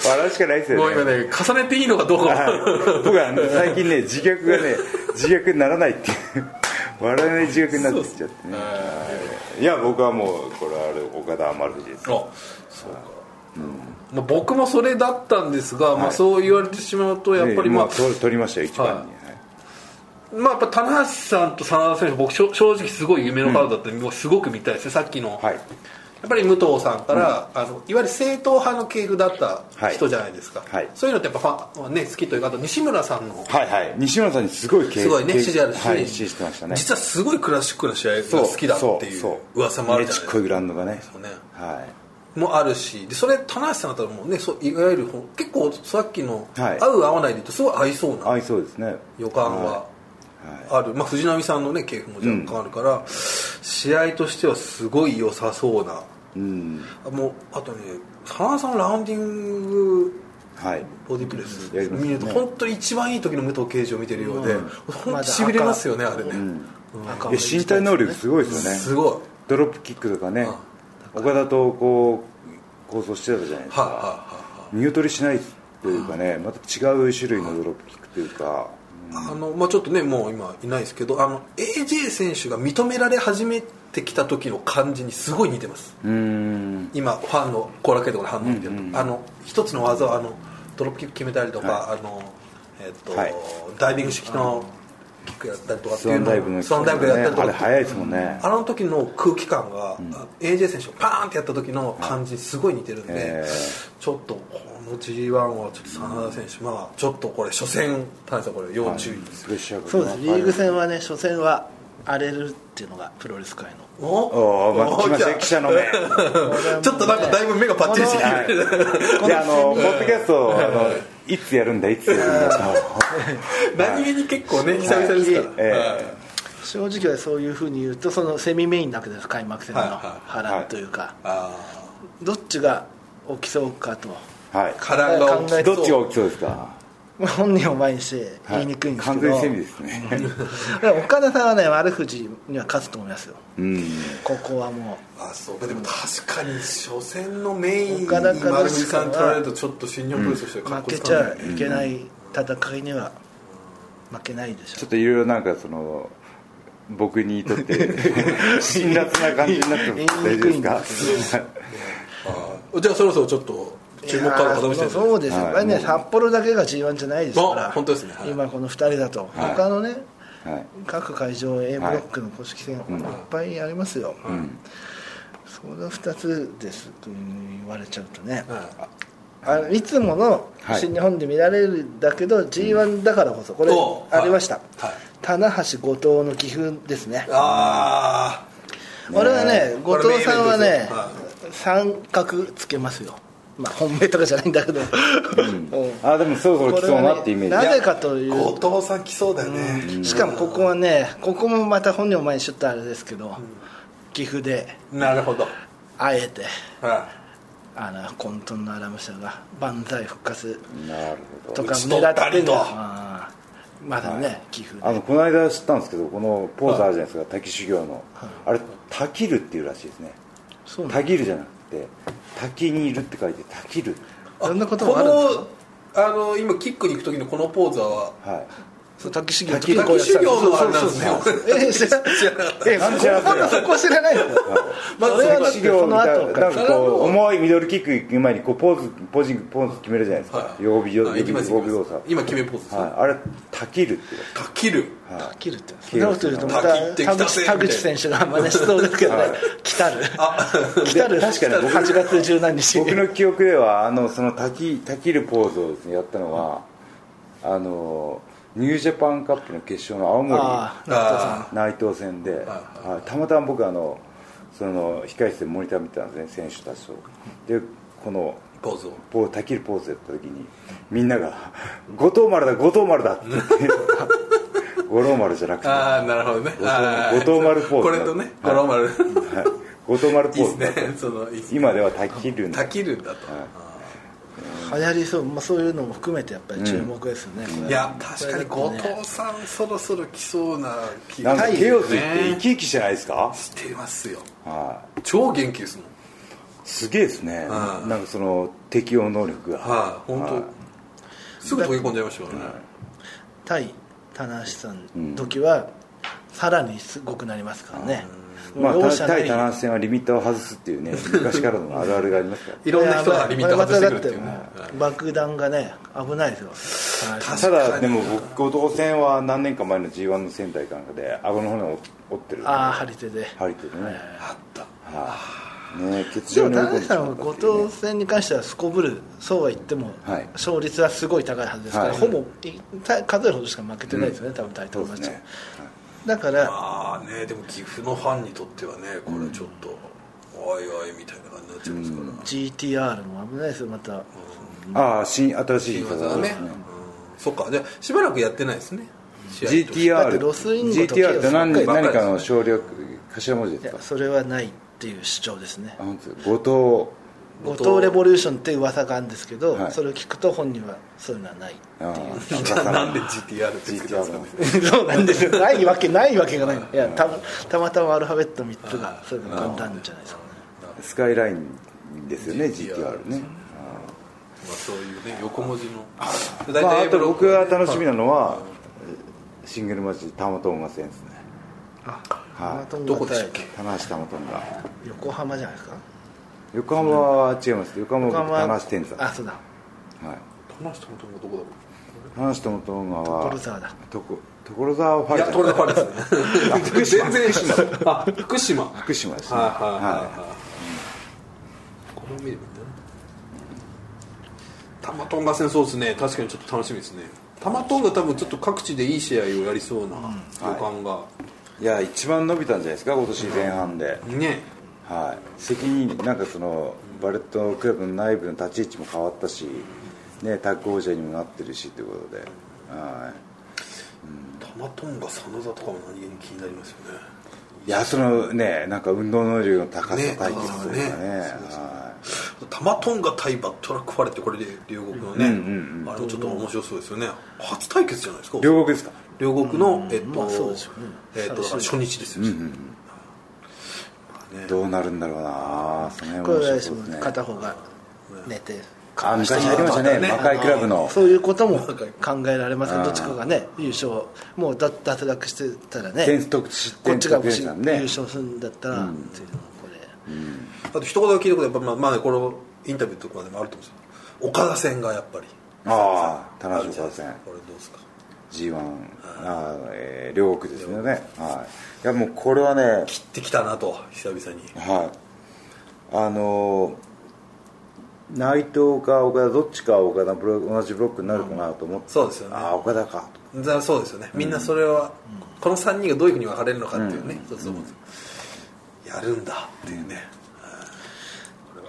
Speaker 1: 笑うしかないです
Speaker 2: もう
Speaker 1: よ
Speaker 2: 今
Speaker 1: ね
Speaker 2: ね重ねていいのかどうか
Speaker 1: はい
Speaker 2: は
Speaker 1: 僕はね最近ね自虐がね自虐にならないっていう笑えない自虐になってきちゃってねいや僕はもうこれはあれ岡田丸藤です
Speaker 2: あそうか、まあ、僕もそれだったんですが、まあ、そう言われてしまうとやっぱりまあ、
Speaker 1: ええ取取りましたよ一番に、はい
Speaker 2: まあ、やっぱ棚橋さんと真田選手僕しょ正直すごい夢のカードだったんで、もうすごく見たいですねさっきの、
Speaker 1: はい
Speaker 2: やっぱり武藤さんから、あのいわゆる正統派の系譜だった人じゃないですか、
Speaker 1: はいはい
Speaker 2: そういうのってやっぱファン、ね、好きというかあと西村さんの
Speaker 1: はいはい西村さんにすごい経
Speaker 2: すごいね
Speaker 1: 経
Speaker 2: 指示あるし、
Speaker 1: はい、指示してましたね
Speaker 2: 実はすごいクラシックな試合が好きだっていう噂もある
Speaker 1: ねち
Speaker 2: じゃないで
Speaker 1: っ
Speaker 2: す
Speaker 1: こ
Speaker 2: か
Speaker 1: いグラウンドがね
Speaker 2: そうね
Speaker 1: はい
Speaker 2: もあるしでそれ棚橋さんだったらもうねそういわゆるほん結構さっきの、
Speaker 1: はい
Speaker 2: 合う合わないで言うとすごい合いそうな
Speaker 1: 合いそうですね
Speaker 2: 予感はある、まあ、藤波さんのね系譜も若干あるから、試合としてはすごい良さそうな
Speaker 1: うん
Speaker 2: あもうあとね真田さんのラウンディング
Speaker 1: はい
Speaker 2: ボディプレス
Speaker 1: やりますね
Speaker 2: 見ると本当に一番いい時の武藤敬司を見てるようで、
Speaker 3: うん
Speaker 2: 本当しびれますよねあれね、
Speaker 1: いや身体能力すごいですよね
Speaker 2: すごいはい
Speaker 1: ドロップキックとかね岡田とこう構想してたじゃないですか、
Speaker 2: はいはい
Speaker 1: 見劣りしないというかねまた違う種類のドロップキックというか、
Speaker 2: あのまあ、ちょっとねもう今いないですけどあの AJ 選手が認められ始めてきた時の感じにすごい似てます
Speaker 1: うん
Speaker 2: 今ファンの後楽園とかの反応見てると、あの一つの技をあのドロップキック決めたりとか、あのえっと
Speaker 1: はい
Speaker 2: ダイビング式のキックやったりとかって
Speaker 1: ス
Speaker 2: い
Speaker 1: ワ
Speaker 2: う
Speaker 1: ン
Speaker 2: の
Speaker 1: ダイブの
Speaker 2: スワンダイブやったりとか
Speaker 1: あれ早いですもんね
Speaker 2: あの時の空気感が、あ AJ 選手がパーンってやった時の感じにすごい似てるんで、
Speaker 1: え
Speaker 2: ちょっとこの G1 はちょっと真田選手、まあちょっとこれ初戦田中さんこれ要注意です
Speaker 1: プレッシャーが
Speaker 3: そうですリーグ戦はね初戦は荒れるっていうのがプロレス界の
Speaker 1: おおま
Speaker 2: お
Speaker 1: た来ましたよ記者の目
Speaker 2: *laughs* ちょっとなんかだいぶ目がパッチリしてきてる
Speaker 1: であのポッドキャストあのいつやるんだいつやるんだ
Speaker 3: *laughs*
Speaker 2: 何気に結構ね久々です
Speaker 1: と、
Speaker 2: か
Speaker 1: え
Speaker 2: ら、
Speaker 1: え
Speaker 3: 正直はそういうふうに言うとそのセミメインなわけです開幕戦の
Speaker 2: はいはい
Speaker 3: 波乱というか、
Speaker 2: あ
Speaker 3: どっちが起きそうかと
Speaker 1: はい
Speaker 2: あ殻が
Speaker 3: 考
Speaker 2: 大
Speaker 3: え
Speaker 2: き
Speaker 1: どっちが
Speaker 2: そう
Speaker 1: 大きそうですか
Speaker 3: まあ本人を前にして言いにくいん *laughs* ですけど、
Speaker 1: はい完全にセミですね
Speaker 3: でも岡田さんはね悪藤には勝つと思いますよ
Speaker 1: うん
Speaker 3: ここはも
Speaker 2: あそうでも確かに初戦のメインに
Speaker 3: 岡田
Speaker 2: 丸
Speaker 3: から
Speaker 2: 藤さん取られるとちょっと新日本プロレスとして
Speaker 3: う
Speaker 2: かっ
Speaker 3: 負
Speaker 2: こ
Speaker 3: け
Speaker 2: つ
Speaker 3: ち
Speaker 2: かない、
Speaker 3: ゃいけない戦いには負けないでし
Speaker 1: ちょ
Speaker 3: ょ
Speaker 1: っといろいろなんかその僕にとって
Speaker 3: *laughs*
Speaker 1: 辛辣な感じになっても
Speaker 3: 言
Speaker 1: 大
Speaker 3: い
Speaker 1: 丈
Speaker 3: にく
Speaker 1: 夫
Speaker 3: いん
Speaker 1: で
Speaker 3: です
Speaker 1: か
Speaker 2: あじゃあそろそろちょっと注目から傾いて
Speaker 3: いやーそうです
Speaker 1: はい
Speaker 3: やっぱりね
Speaker 1: もう
Speaker 3: 札幌だけが G1 じゃないですから
Speaker 2: あ本当ですねはい
Speaker 3: 今この2人だと、
Speaker 1: はい
Speaker 3: 他のね、
Speaker 1: はい
Speaker 3: 各会場 A ブロックの公式戦、
Speaker 1: うん
Speaker 3: いっぱいありますよ、
Speaker 1: うん
Speaker 3: その2つですと言われちゃうとね、
Speaker 2: は
Speaker 3: あのいつもの
Speaker 1: はい
Speaker 3: 新日本で見られるんだけど、g 1だからこそこれ
Speaker 2: おう
Speaker 3: ありました、
Speaker 2: はい
Speaker 3: 棚橋後藤の棋風ですね
Speaker 2: い、あ
Speaker 3: 俺はね
Speaker 2: こ
Speaker 3: 後
Speaker 2: れ
Speaker 3: 藤さんは
Speaker 2: メインイベン
Speaker 3: ね
Speaker 2: トで
Speaker 3: 三角つけますよまあ本命とかじゃないんだけど、うん
Speaker 1: あでもそろそろ来そうなってイメージ
Speaker 3: これはねなぜか
Speaker 2: あ
Speaker 3: というと
Speaker 2: 後藤さん来そうだよね、
Speaker 3: しかもここはねここもまた本人お前にちょっとあれですけど、岐阜で
Speaker 2: なるほど、
Speaker 3: あえて
Speaker 2: は
Speaker 3: あの混沌のアラム社が万歳復活
Speaker 1: なるほ
Speaker 3: と
Speaker 1: ど
Speaker 3: か
Speaker 2: 打ち取
Speaker 3: 狙
Speaker 2: っ
Speaker 3: ったて
Speaker 2: り
Speaker 3: ん
Speaker 2: と
Speaker 3: だよあーまだね、岐阜
Speaker 1: あ
Speaker 3: で
Speaker 1: のこの間知ったんですけどこのポーズあるじゃないですか滝修行のあれ「滝きる」っていうらしいですね
Speaker 3: そう
Speaker 1: 「
Speaker 3: なんだ
Speaker 1: 滝きる」じゃなくて「滝にいる」って書いて「滝きる
Speaker 2: い、
Speaker 3: そんなこともあるんですか
Speaker 2: このあの今キックに行く時のこのポーズは」
Speaker 1: は
Speaker 3: そう滝修行
Speaker 1: 滝
Speaker 3: こうやってた
Speaker 2: 滝修行のあれなんですね
Speaker 3: そうそうそうえ知ら
Speaker 2: 知らなかった
Speaker 3: え
Speaker 1: なんで知らなかった
Speaker 3: そこそこ知らないの
Speaker 2: まず
Speaker 3: それ
Speaker 1: い
Speaker 3: はだって
Speaker 1: 修
Speaker 3: そ
Speaker 1: 行み
Speaker 3: の
Speaker 1: たい
Speaker 3: 後
Speaker 1: なな
Speaker 3: から
Speaker 1: んかこう重いミドルキック行く前にこうポーズポージングポーズ決めるじゃないですか
Speaker 2: はい
Speaker 1: 曜日曜
Speaker 2: はい
Speaker 1: 日
Speaker 2: 行きます
Speaker 1: 曜日動作
Speaker 2: 今決めポーズですね、
Speaker 1: はいあれ「滝きる」って言わ
Speaker 2: かきる
Speaker 3: たきるってそんなこと言うとま
Speaker 2: たきって
Speaker 3: た
Speaker 2: きた
Speaker 3: 田
Speaker 2: ぜ
Speaker 3: 口田口選手が真似しそうですけどね来たる来たる
Speaker 1: 確かに僕
Speaker 3: 8月17日
Speaker 1: 僕の記憶ではあのその滝滝きるポーズをですねやったのはあのニュージャパンカップの決勝の青森
Speaker 3: ああ
Speaker 2: あ
Speaker 1: 内藤戦で、はいたまたま僕あのその控室でモニター見てたんですね選手たちをでこの
Speaker 2: ーポーズを
Speaker 1: ポータキルポーズやった時にみんなが *laughs* 「後藤丸だ後藤丸だ」って *laughs* 言って五郎丸じゃなくては
Speaker 2: ああなるほどね
Speaker 1: 後藤
Speaker 2: あー
Speaker 1: 後藤丸ポーズ
Speaker 2: これとね五
Speaker 1: *laughs*
Speaker 2: 郎丸
Speaker 1: い後藤丸ポ
Speaker 2: いい
Speaker 1: ーズ
Speaker 2: です
Speaker 1: だった
Speaker 2: ね *laughs* そのいいっすね
Speaker 1: 今ではタキル
Speaker 2: たきるんだと、
Speaker 3: 流行りそう、まあ、そういうのも含めてやっぱり注目ですよね、これ
Speaker 2: いや確かに後
Speaker 3: これだ
Speaker 2: 藤さんそろそろ来そうな気
Speaker 1: なん
Speaker 2: が
Speaker 1: か
Speaker 3: タイ
Speaker 1: ケオスって生き生きしてないですか、
Speaker 2: してますよ
Speaker 1: は
Speaker 2: 超元気ですもん
Speaker 1: い、すげえですね
Speaker 2: うん
Speaker 1: なんかその適応能力が
Speaker 2: はい本当、
Speaker 1: はい
Speaker 2: すぐ溶け込んじゃいましたからね、
Speaker 3: 対棚橋さん時はさらにすごくなりますからね、
Speaker 1: まあ、
Speaker 3: 容赦
Speaker 1: た
Speaker 3: ない
Speaker 1: 対棚橋戦はリミッターを外すって
Speaker 2: *laughs*
Speaker 1: いうね昔からのあるあるがありますから
Speaker 2: いろんな人がリミット外してくるっていうね、
Speaker 3: これまた
Speaker 2: は
Speaker 3: だっ
Speaker 2: い
Speaker 3: て爆弾がね危ないですよ
Speaker 2: 確
Speaker 1: た
Speaker 2: か
Speaker 1: だ
Speaker 2: に
Speaker 1: でも僕後藤戦は何年か前の g 1の仙台かなんかで顎の骨を折ってる
Speaker 3: ああ張り手で
Speaker 1: 針ってね
Speaker 2: あった
Speaker 1: はいね欠場
Speaker 3: でも
Speaker 1: に追い込ん
Speaker 3: 田中
Speaker 1: でし
Speaker 3: さ
Speaker 1: ま
Speaker 3: ん
Speaker 1: っ
Speaker 3: は
Speaker 1: たっ
Speaker 3: 後藤戦に関してはすこぶるそうは言っても、
Speaker 1: はい
Speaker 3: 勝率はすごい高いはずですから、
Speaker 1: はい
Speaker 3: ほぼいた数えるほどしか負けてないですよね、多分大
Speaker 1: そうで
Speaker 3: 東
Speaker 1: す
Speaker 3: マッチ、
Speaker 1: ね
Speaker 3: だから
Speaker 2: まあねでも岐阜のファンにとってはねこれちょっと、おいおいみたいな感じになっちゃいますから、
Speaker 3: GTR も危ないですよまた、
Speaker 1: ああ新新しい
Speaker 2: 新
Speaker 1: 方
Speaker 2: 技は
Speaker 1: だ
Speaker 2: ね、
Speaker 1: ね
Speaker 2: うんそっかじゃあしばらくやってないですね試合として
Speaker 3: だって
Speaker 1: GTR
Speaker 3: ロスインゴと
Speaker 1: GTR って何
Speaker 3: ケイオスば
Speaker 2: っかり
Speaker 1: 何
Speaker 2: ですね
Speaker 1: かの省略頭文字
Speaker 3: い
Speaker 1: です
Speaker 3: や
Speaker 1: か
Speaker 3: それはないっていう主張ですね
Speaker 1: あ本当です後
Speaker 3: 後藤レボリューションっていう噂があるんですけど、
Speaker 1: はい
Speaker 3: それを聞くと本人はそういうのはない
Speaker 1: 藤ああ
Speaker 2: じゃあ *laughs* なんで GTR って言ってたんですかね
Speaker 3: そうなんですよないわけないわけがないいやたたまたまアルファベット3つがそういうの簡単じゃないですか、ね、
Speaker 1: スカイラインですよね GTR
Speaker 2: GTR
Speaker 1: ね
Speaker 2: まあ、そういうね横文字の
Speaker 1: ま
Speaker 2: 大
Speaker 1: ああ
Speaker 2: 体
Speaker 1: と僕が楽しみな
Speaker 2: の
Speaker 1: のはシングルマッチ玉トンガ戦ですね
Speaker 3: あ
Speaker 1: はい
Speaker 3: マトン
Speaker 2: ど
Speaker 3: ガ
Speaker 2: こでしたっ
Speaker 3: 対
Speaker 2: け
Speaker 1: 棚橋玉トンガ
Speaker 3: 横浜じゃないですか
Speaker 1: 横浜は違います横浜は僕棚橋天山
Speaker 3: あそうだ
Speaker 1: はい
Speaker 2: 棚橋智友どこだろ
Speaker 1: 話したの動画は
Speaker 3: 所沢だ
Speaker 1: とこ所沢ファ
Speaker 2: うい
Speaker 1: イ
Speaker 2: や
Speaker 1: ター
Speaker 2: これのファンですね全然あ福島はい
Speaker 1: 福島ですね
Speaker 2: はいはい
Speaker 1: は
Speaker 2: はいこれを見ればいいんだね玉トンガ戦そうですね確かにちょっと楽しみですね玉トンガ多分ちょっと各地でいい試合をやりそうな予感が、
Speaker 1: いいや一番伸びたんじゃないですか今年前半で、
Speaker 2: ね
Speaker 1: はい責任なんかそのバレットクラブの内部の立ち位置も変わったしねタッグ王者にもなってるしということでは
Speaker 2: 玉トンガ真田とかも何気に気になりますよね
Speaker 1: いいやそのねなんか運動能力の高さ
Speaker 2: ね
Speaker 1: 対決というかね
Speaker 2: ね
Speaker 1: は
Speaker 2: 玉トンガ対バットラックファレってこれで両国のね、
Speaker 1: うんうん
Speaker 2: あれもちょっと面白そうですよね初対決じゃないですか
Speaker 1: い両国ですか
Speaker 2: 両国の、えっと、
Speaker 3: まあそうですよね
Speaker 2: えっと
Speaker 3: 最
Speaker 2: 初
Speaker 3: 初
Speaker 2: 日ですよ、
Speaker 1: どうなるんだろうなその辺
Speaker 3: こ
Speaker 1: 面
Speaker 3: れは
Speaker 1: 白
Speaker 3: です
Speaker 1: そうですね
Speaker 3: 片方が寝て
Speaker 1: あ昔やりましたね魔界クラブの
Speaker 3: そういうことも考えられます
Speaker 1: あー
Speaker 3: どっちかがね優勝もうだ脱落してたらね
Speaker 1: 点数得失
Speaker 3: こっ
Speaker 1: 点
Speaker 3: ちが
Speaker 1: 得
Speaker 3: も
Speaker 1: 点
Speaker 3: し
Speaker 1: 差
Speaker 3: 優
Speaker 1: ね
Speaker 3: 勝するんだったらっていうのもこれ
Speaker 2: あと一言だけ聞いたことやっぱまあ、まあね、このインタビューとかでもあると思うんですけど岡田戦がやっぱり
Speaker 1: ああ田
Speaker 2: あ
Speaker 1: 中
Speaker 2: るじゃな
Speaker 1: 岡
Speaker 2: いです
Speaker 1: 戦
Speaker 2: かこれどうですか
Speaker 1: G1、あーえー両国ですよね、はい、いやもうこれはね、
Speaker 2: 切ってきたなと久々に
Speaker 1: はい、あのー内藤か岡田、どっちか岡田ブロ同じブロックになるかなと思って、
Speaker 2: そうですよね
Speaker 1: ああ、岡田かと、
Speaker 2: だそうですよねみんなそれは、この3人がどういうふうに分かれるのかっていうね、一つ思ってやるんだっていうね、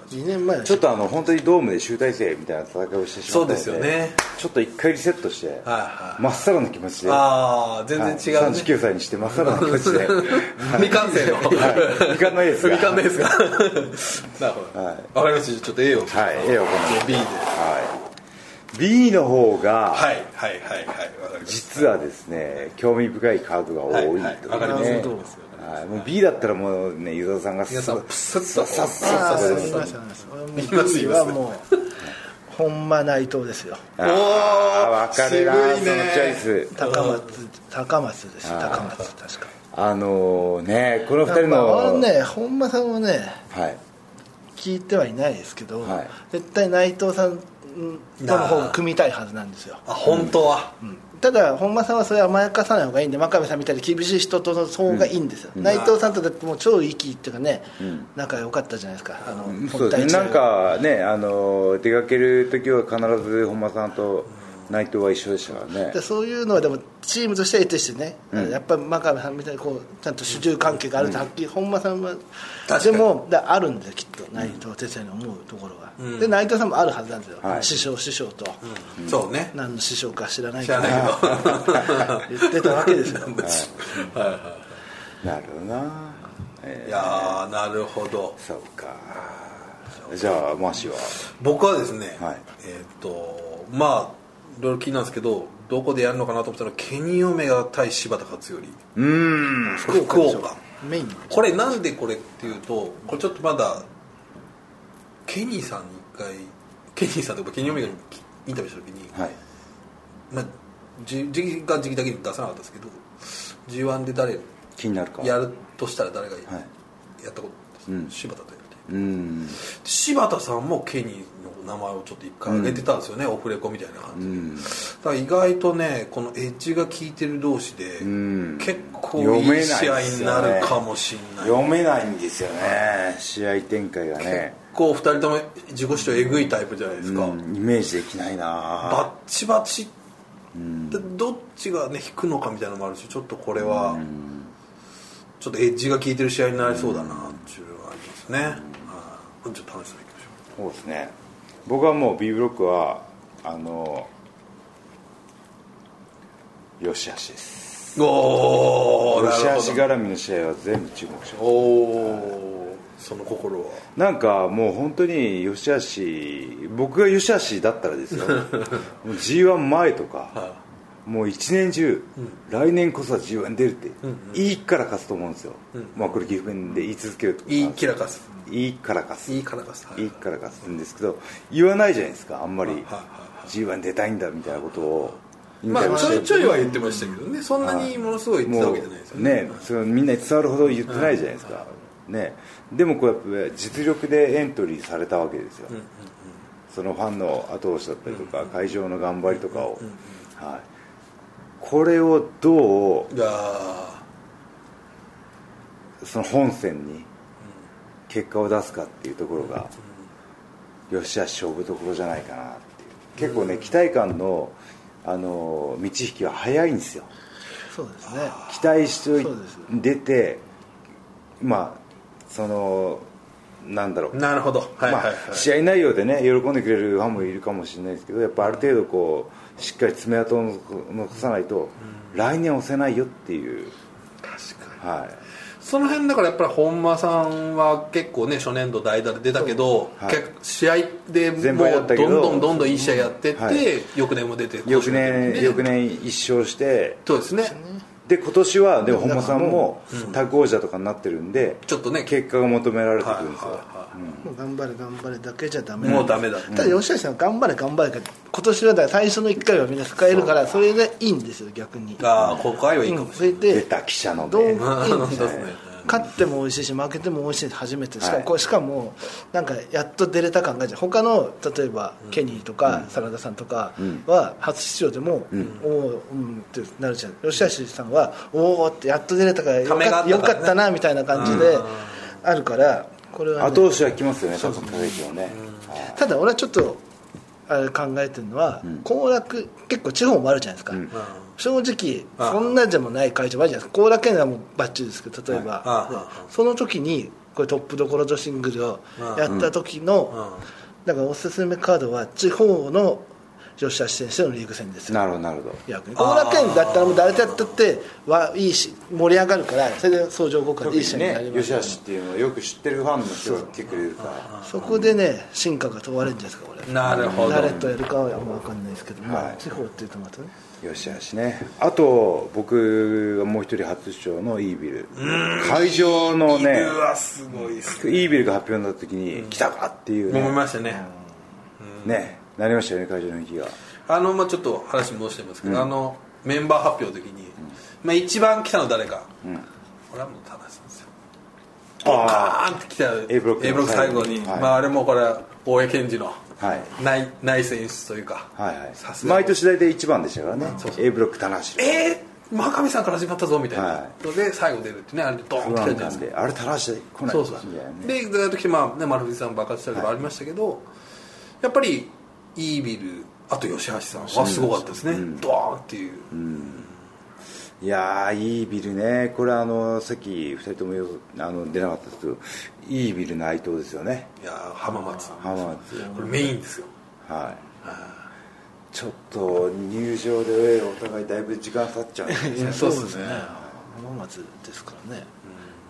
Speaker 3: 2年前
Speaker 1: ちょっとあの本当にドームで集大成みたいな戦いをしてしまったので、
Speaker 2: そうですよね
Speaker 1: ちょっと一回リセットして、
Speaker 2: はい
Speaker 1: まっさらな気持ちで、
Speaker 2: ああ全然違う、
Speaker 1: はい
Speaker 2: ね
Speaker 1: 39歳にしてまっさらな気持 *laughs* ちで、
Speaker 2: *laughs* 未完成の、
Speaker 1: はい未完のエースが
Speaker 2: 未完のエース
Speaker 1: *laughs*
Speaker 2: がなるほど、
Speaker 1: はい
Speaker 2: わかりましたちょっと A を
Speaker 1: はい A をこの
Speaker 2: B で
Speaker 1: はい、B の方が、
Speaker 2: はいはいはいはいわかりました
Speaker 1: 実はですね興味深いカードが多いというね、
Speaker 2: はいはいわかります
Speaker 3: なるほど
Speaker 1: はいもう B だったらもうね湯沢さんが
Speaker 2: 皆さんプスッ
Speaker 1: さっ
Speaker 2: と
Speaker 1: さっ
Speaker 3: あ
Speaker 1: さ
Speaker 3: あ
Speaker 1: っ
Speaker 3: そ
Speaker 1: さ
Speaker 3: う言いましたね俺も
Speaker 2: 言います言い
Speaker 3: B
Speaker 2: ます
Speaker 3: はもうほんま内藤ですよ
Speaker 1: あー
Speaker 2: おー
Speaker 1: 分かるな
Speaker 2: 渋いね
Speaker 1: そのチョイス
Speaker 3: 高松高松です高松確か
Speaker 1: あのねこの二人
Speaker 3: まあ俺
Speaker 1: の、
Speaker 3: ね本間さんはね
Speaker 1: はい
Speaker 3: 聞いてはいないですけど、
Speaker 1: はい
Speaker 3: 絶対内藤さんとの方が組みたいはずなんですよ
Speaker 2: あ本当は、
Speaker 3: ただ本間さんはそれ甘やかさない方がいいんで真壁さんみたいに厳しい人との方がいいんですよ、内藤さんとだってもう超息っていうかね、仲良かったじゃないですかあの
Speaker 1: そうですねなんかねあの出かける時は必ず本間さんと内藤は一緒でしたからね
Speaker 3: でそういうのはでもチームとしては得てしてね、やっぱり真壁さんみたいにこうちゃんと主従関係があるとはっきり、本間さんは
Speaker 2: 確か
Speaker 3: で
Speaker 2: に
Speaker 3: もだあるんですよきっと内藤哲也の思うところが、で内藤さんもあるはずなんですよ、
Speaker 1: はい
Speaker 3: 師匠師匠と、
Speaker 2: そうね
Speaker 3: 何の師匠か知らない
Speaker 2: 知
Speaker 3: けど
Speaker 2: らないけど
Speaker 3: 言ってたわ
Speaker 2: *laughs*
Speaker 3: けですよ
Speaker 2: はいは
Speaker 1: なるほどな、え
Speaker 2: いいやーなるほど
Speaker 1: ーそうかじゃあマーシーは
Speaker 2: 僕はですね、
Speaker 1: はい
Speaker 2: えーっ、とまあいろいろ気になるんですけどどこでやるのかなと思ったらケニー・オメガ対柴田勝頼
Speaker 1: うーん
Speaker 2: 福岡
Speaker 3: メイン
Speaker 2: これなんでこれっていうとこれちょっとまだケニーさんに一回ケニーさんとかケニー・オメガにインタビューした時に、
Speaker 1: はい
Speaker 2: まあ、じ時間時期だけに出さなかったですけど G1 で誰
Speaker 1: 気になるか
Speaker 2: やるとしたら誰がや
Speaker 1: はい
Speaker 2: ったこと、
Speaker 1: うん
Speaker 2: 柴田とやるとい
Speaker 1: うー
Speaker 2: う
Speaker 1: ん
Speaker 2: 柴田さんもケニーの名前をちょっと一回挙げてたんですよね、オフレコみたいな感
Speaker 1: う
Speaker 2: じで、
Speaker 1: ん
Speaker 2: だから意外とねこのエッジが効いてる同士で、
Speaker 1: うん
Speaker 2: 結構
Speaker 1: 読めない
Speaker 2: い
Speaker 1: です
Speaker 2: 試
Speaker 1: よ
Speaker 2: 合
Speaker 1: ね
Speaker 2: になるかもしれない、
Speaker 1: 読めないんですよね試合展開がね
Speaker 2: 結構2人とも自己主張えぐいタイプじゃないですか、
Speaker 1: うんイメージできないな
Speaker 2: バッチバチ、どっちがね引くのかみたいなのもあるしちょっとこれは、ちょっとエッジが効いてる試合になりそうだなっていうのがありますね、うん、ちょっと楽しみにいきましょ
Speaker 1: そうですね僕はもう B ブロックはあのよしあしです
Speaker 2: うおお
Speaker 1: よ
Speaker 2: な
Speaker 1: し
Speaker 2: る
Speaker 1: あ
Speaker 2: ほ
Speaker 1: し
Speaker 2: ど
Speaker 1: 絡みの試合は全部注目します
Speaker 2: おおその心は
Speaker 1: なんかもう本当によしあし僕がよしあしだったら
Speaker 2: *laughs*
Speaker 1: ですよもう G1 前とか
Speaker 2: は
Speaker 1: もう一年中、来年こそは G1 出るって、いいから勝つと思うんですよ、まあこれ岐阜弁で言い続けるってこと
Speaker 2: い
Speaker 1: ないんです
Speaker 2: キラカス
Speaker 1: いいからかす
Speaker 2: いいキラカスはい
Speaker 1: いいからかすんですけど言わないじゃないですかあんまり
Speaker 2: いはい
Speaker 1: G1 出たいんだみたいなことを
Speaker 2: まあちょいちょ
Speaker 1: い
Speaker 2: いは言ってましたけどねそんなにものすごい言ってたわけじゃないですよね
Speaker 1: ねそれみんなに伝わるほど言ってないじゃないですかねでもこうやって実力でエントリーされたわけですよそのファンの後押しだったりとか会場の頑張りとかをはいこれをどう
Speaker 2: いやー
Speaker 1: その本戦に結果を出すかっていうところが、よしあし勝負どころじゃないかなっていう結構ね期待感のあの道引きは早いんですよ
Speaker 3: そうですね
Speaker 1: 期待しておい
Speaker 3: そうです
Speaker 1: 出てまあそのなんだろう
Speaker 2: なるほどはいはいはい、
Speaker 1: まあ、試合内容でね喜んでくれるファンもいるかもしれないですけどやっぱある程度こうしっかり爪痕を残さないと、来年押せないよっていう、
Speaker 2: 確かに
Speaker 1: はい、
Speaker 2: その辺だからやっぱり本間さんは結構ね初年度代打で出たけど、
Speaker 1: はい
Speaker 2: 結構試合でもう
Speaker 1: 全敗だ
Speaker 2: ど
Speaker 1: っ
Speaker 2: ん
Speaker 1: たけど
Speaker 2: どんどんどんいい試合やってって、
Speaker 1: はい
Speaker 2: 翌年も出て
Speaker 1: 翌年翌
Speaker 2: 年
Speaker 1: 年一勝して
Speaker 2: そうですね
Speaker 1: で今年はでも本間さんもタッグ王者とかになってるんで
Speaker 2: ちょっとね
Speaker 1: 結果が求められてくるんです
Speaker 2: は
Speaker 1: よ
Speaker 2: いはいは
Speaker 3: もう頑張れ頑張れだけじゃダメ
Speaker 2: もうダメだ
Speaker 3: ただ吉橋さんは頑張れ頑張れが今年はだから最初の1回はみんな使えるからそれでいいんですよ逆に
Speaker 2: ああここはいいかもし
Speaker 3: それ
Speaker 1: 出
Speaker 3: で
Speaker 1: た記者の
Speaker 3: どう
Speaker 1: ね
Speaker 3: いいんです
Speaker 2: れ
Speaker 3: よ
Speaker 2: ない、
Speaker 1: う
Speaker 3: 勝っても美味しいし負けても美味しいし初めてしかもこれしかもなんかやっと出れた感がじゃ他の例えばケニーとか真田さんとかは初出場でもおおうんってなるじゃん吉橋さんはおおってやっと出れたからよ
Speaker 2: ためがあ
Speaker 3: か
Speaker 2: ったからね
Speaker 3: よかったなみたいな感じで
Speaker 2: うん
Speaker 3: あるからこれはね
Speaker 1: 後押しはきますよね多分プロ野球はねはい
Speaker 3: ただ俺はちょっとあれ考えてるのは行楽結構地方もあるじゃないですか、
Speaker 1: ん
Speaker 3: 正直
Speaker 2: ああ
Speaker 3: そんなでもない会場もあるじゃないですか後楽園はもうバッチリですけど例え
Speaker 2: ああ
Speaker 3: ば、
Speaker 2: ああ
Speaker 3: その時にこれトップどころ女シングルをやった時
Speaker 2: うん
Speaker 3: の、だからおすすめカードは地方の女子足選手のリーグ戦ですよ
Speaker 1: なるほどなるほど
Speaker 3: 逆に後楽園だったらもう誰とやったってはいいし盛り上がるからそれで相乗効果
Speaker 1: 特
Speaker 3: でいい試合
Speaker 1: に
Speaker 3: になり
Speaker 1: ね
Speaker 3: ます
Speaker 1: 吉
Speaker 3: よ
Speaker 1: 橋っていうのはよく知ってるファンの人が来てくれるから
Speaker 3: そこでね進化が問われるんじゃないですか俺
Speaker 2: なるほど
Speaker 3: 誰とやるかはあんま分かんないですけども、
Speaker 1: はい
Speaker 3: 地方っていうとまたね
Speaker 1: 吉橋ねあと僕がもう一人初出場のイービル会場の
Speaker 2: い
Speaker 1: ね
Speaker 2: るはすごいっすね
Speaker 1: イービルが発表になった時に来たかっていう
Speaker 2: 思い
Speaker 1: ね
Speaker 2: ましたね
Speaker 1: ねなりましたよね会場の息が
Speaker 2: あのまあちょっと話戻してますけど、あのメンバー発表の時に、まあ、一番来たの誰か、俺はもう田中さんですよ
Speaker 1: あ
Speaker 2: バーンって来た
Speaker 1: A ブロックの
Speaker 2: A ブロック最後に、
Speaker 1: はい
Speaker 2: まあ、あれもこれは大江健二の
Speaker 1: はい
Speaker 2: 内内選出というか、
Speaker 1: あはいはい
Speaker 2: さすが
Speaker 1: 毎年大体1番でしたからね A ブロック棚橋
Speaker 2: えー、真壁さんから始まったぞみたいな、
Speaker 1: は
Speaker 2: ので最後出るってねあれでドーンっ
Speaker 1: 不
Speaker 2: て来たじゃ
Speaker 1: 安感
Speaker 2: ないですか
Speaker 1: であれ棚橋来ない
Speaker 2: そうそう
Speaker 1: みたいなね
Speaker 2: でずっと来て、まあね、丸藤さん爆発したりとかありましたけど、やっぱりイービルあと吉橋さんはすごかったですね、ドーンっていう、
Speaker 1: いやーいいビルね、これあのさっき2人ともよあの出なかったですけど、いいビルの愛藤ですよね、
Speaker 2: いやー浜松
Speaker 1: 浜松、
Speaker 2: これメインですよ
Speaker 1: はい、ちょっと入場でお互いだいぶ時間経っちゃうんですね
Speaker 2: そうですね
Speaker 3: 浜松ですからね、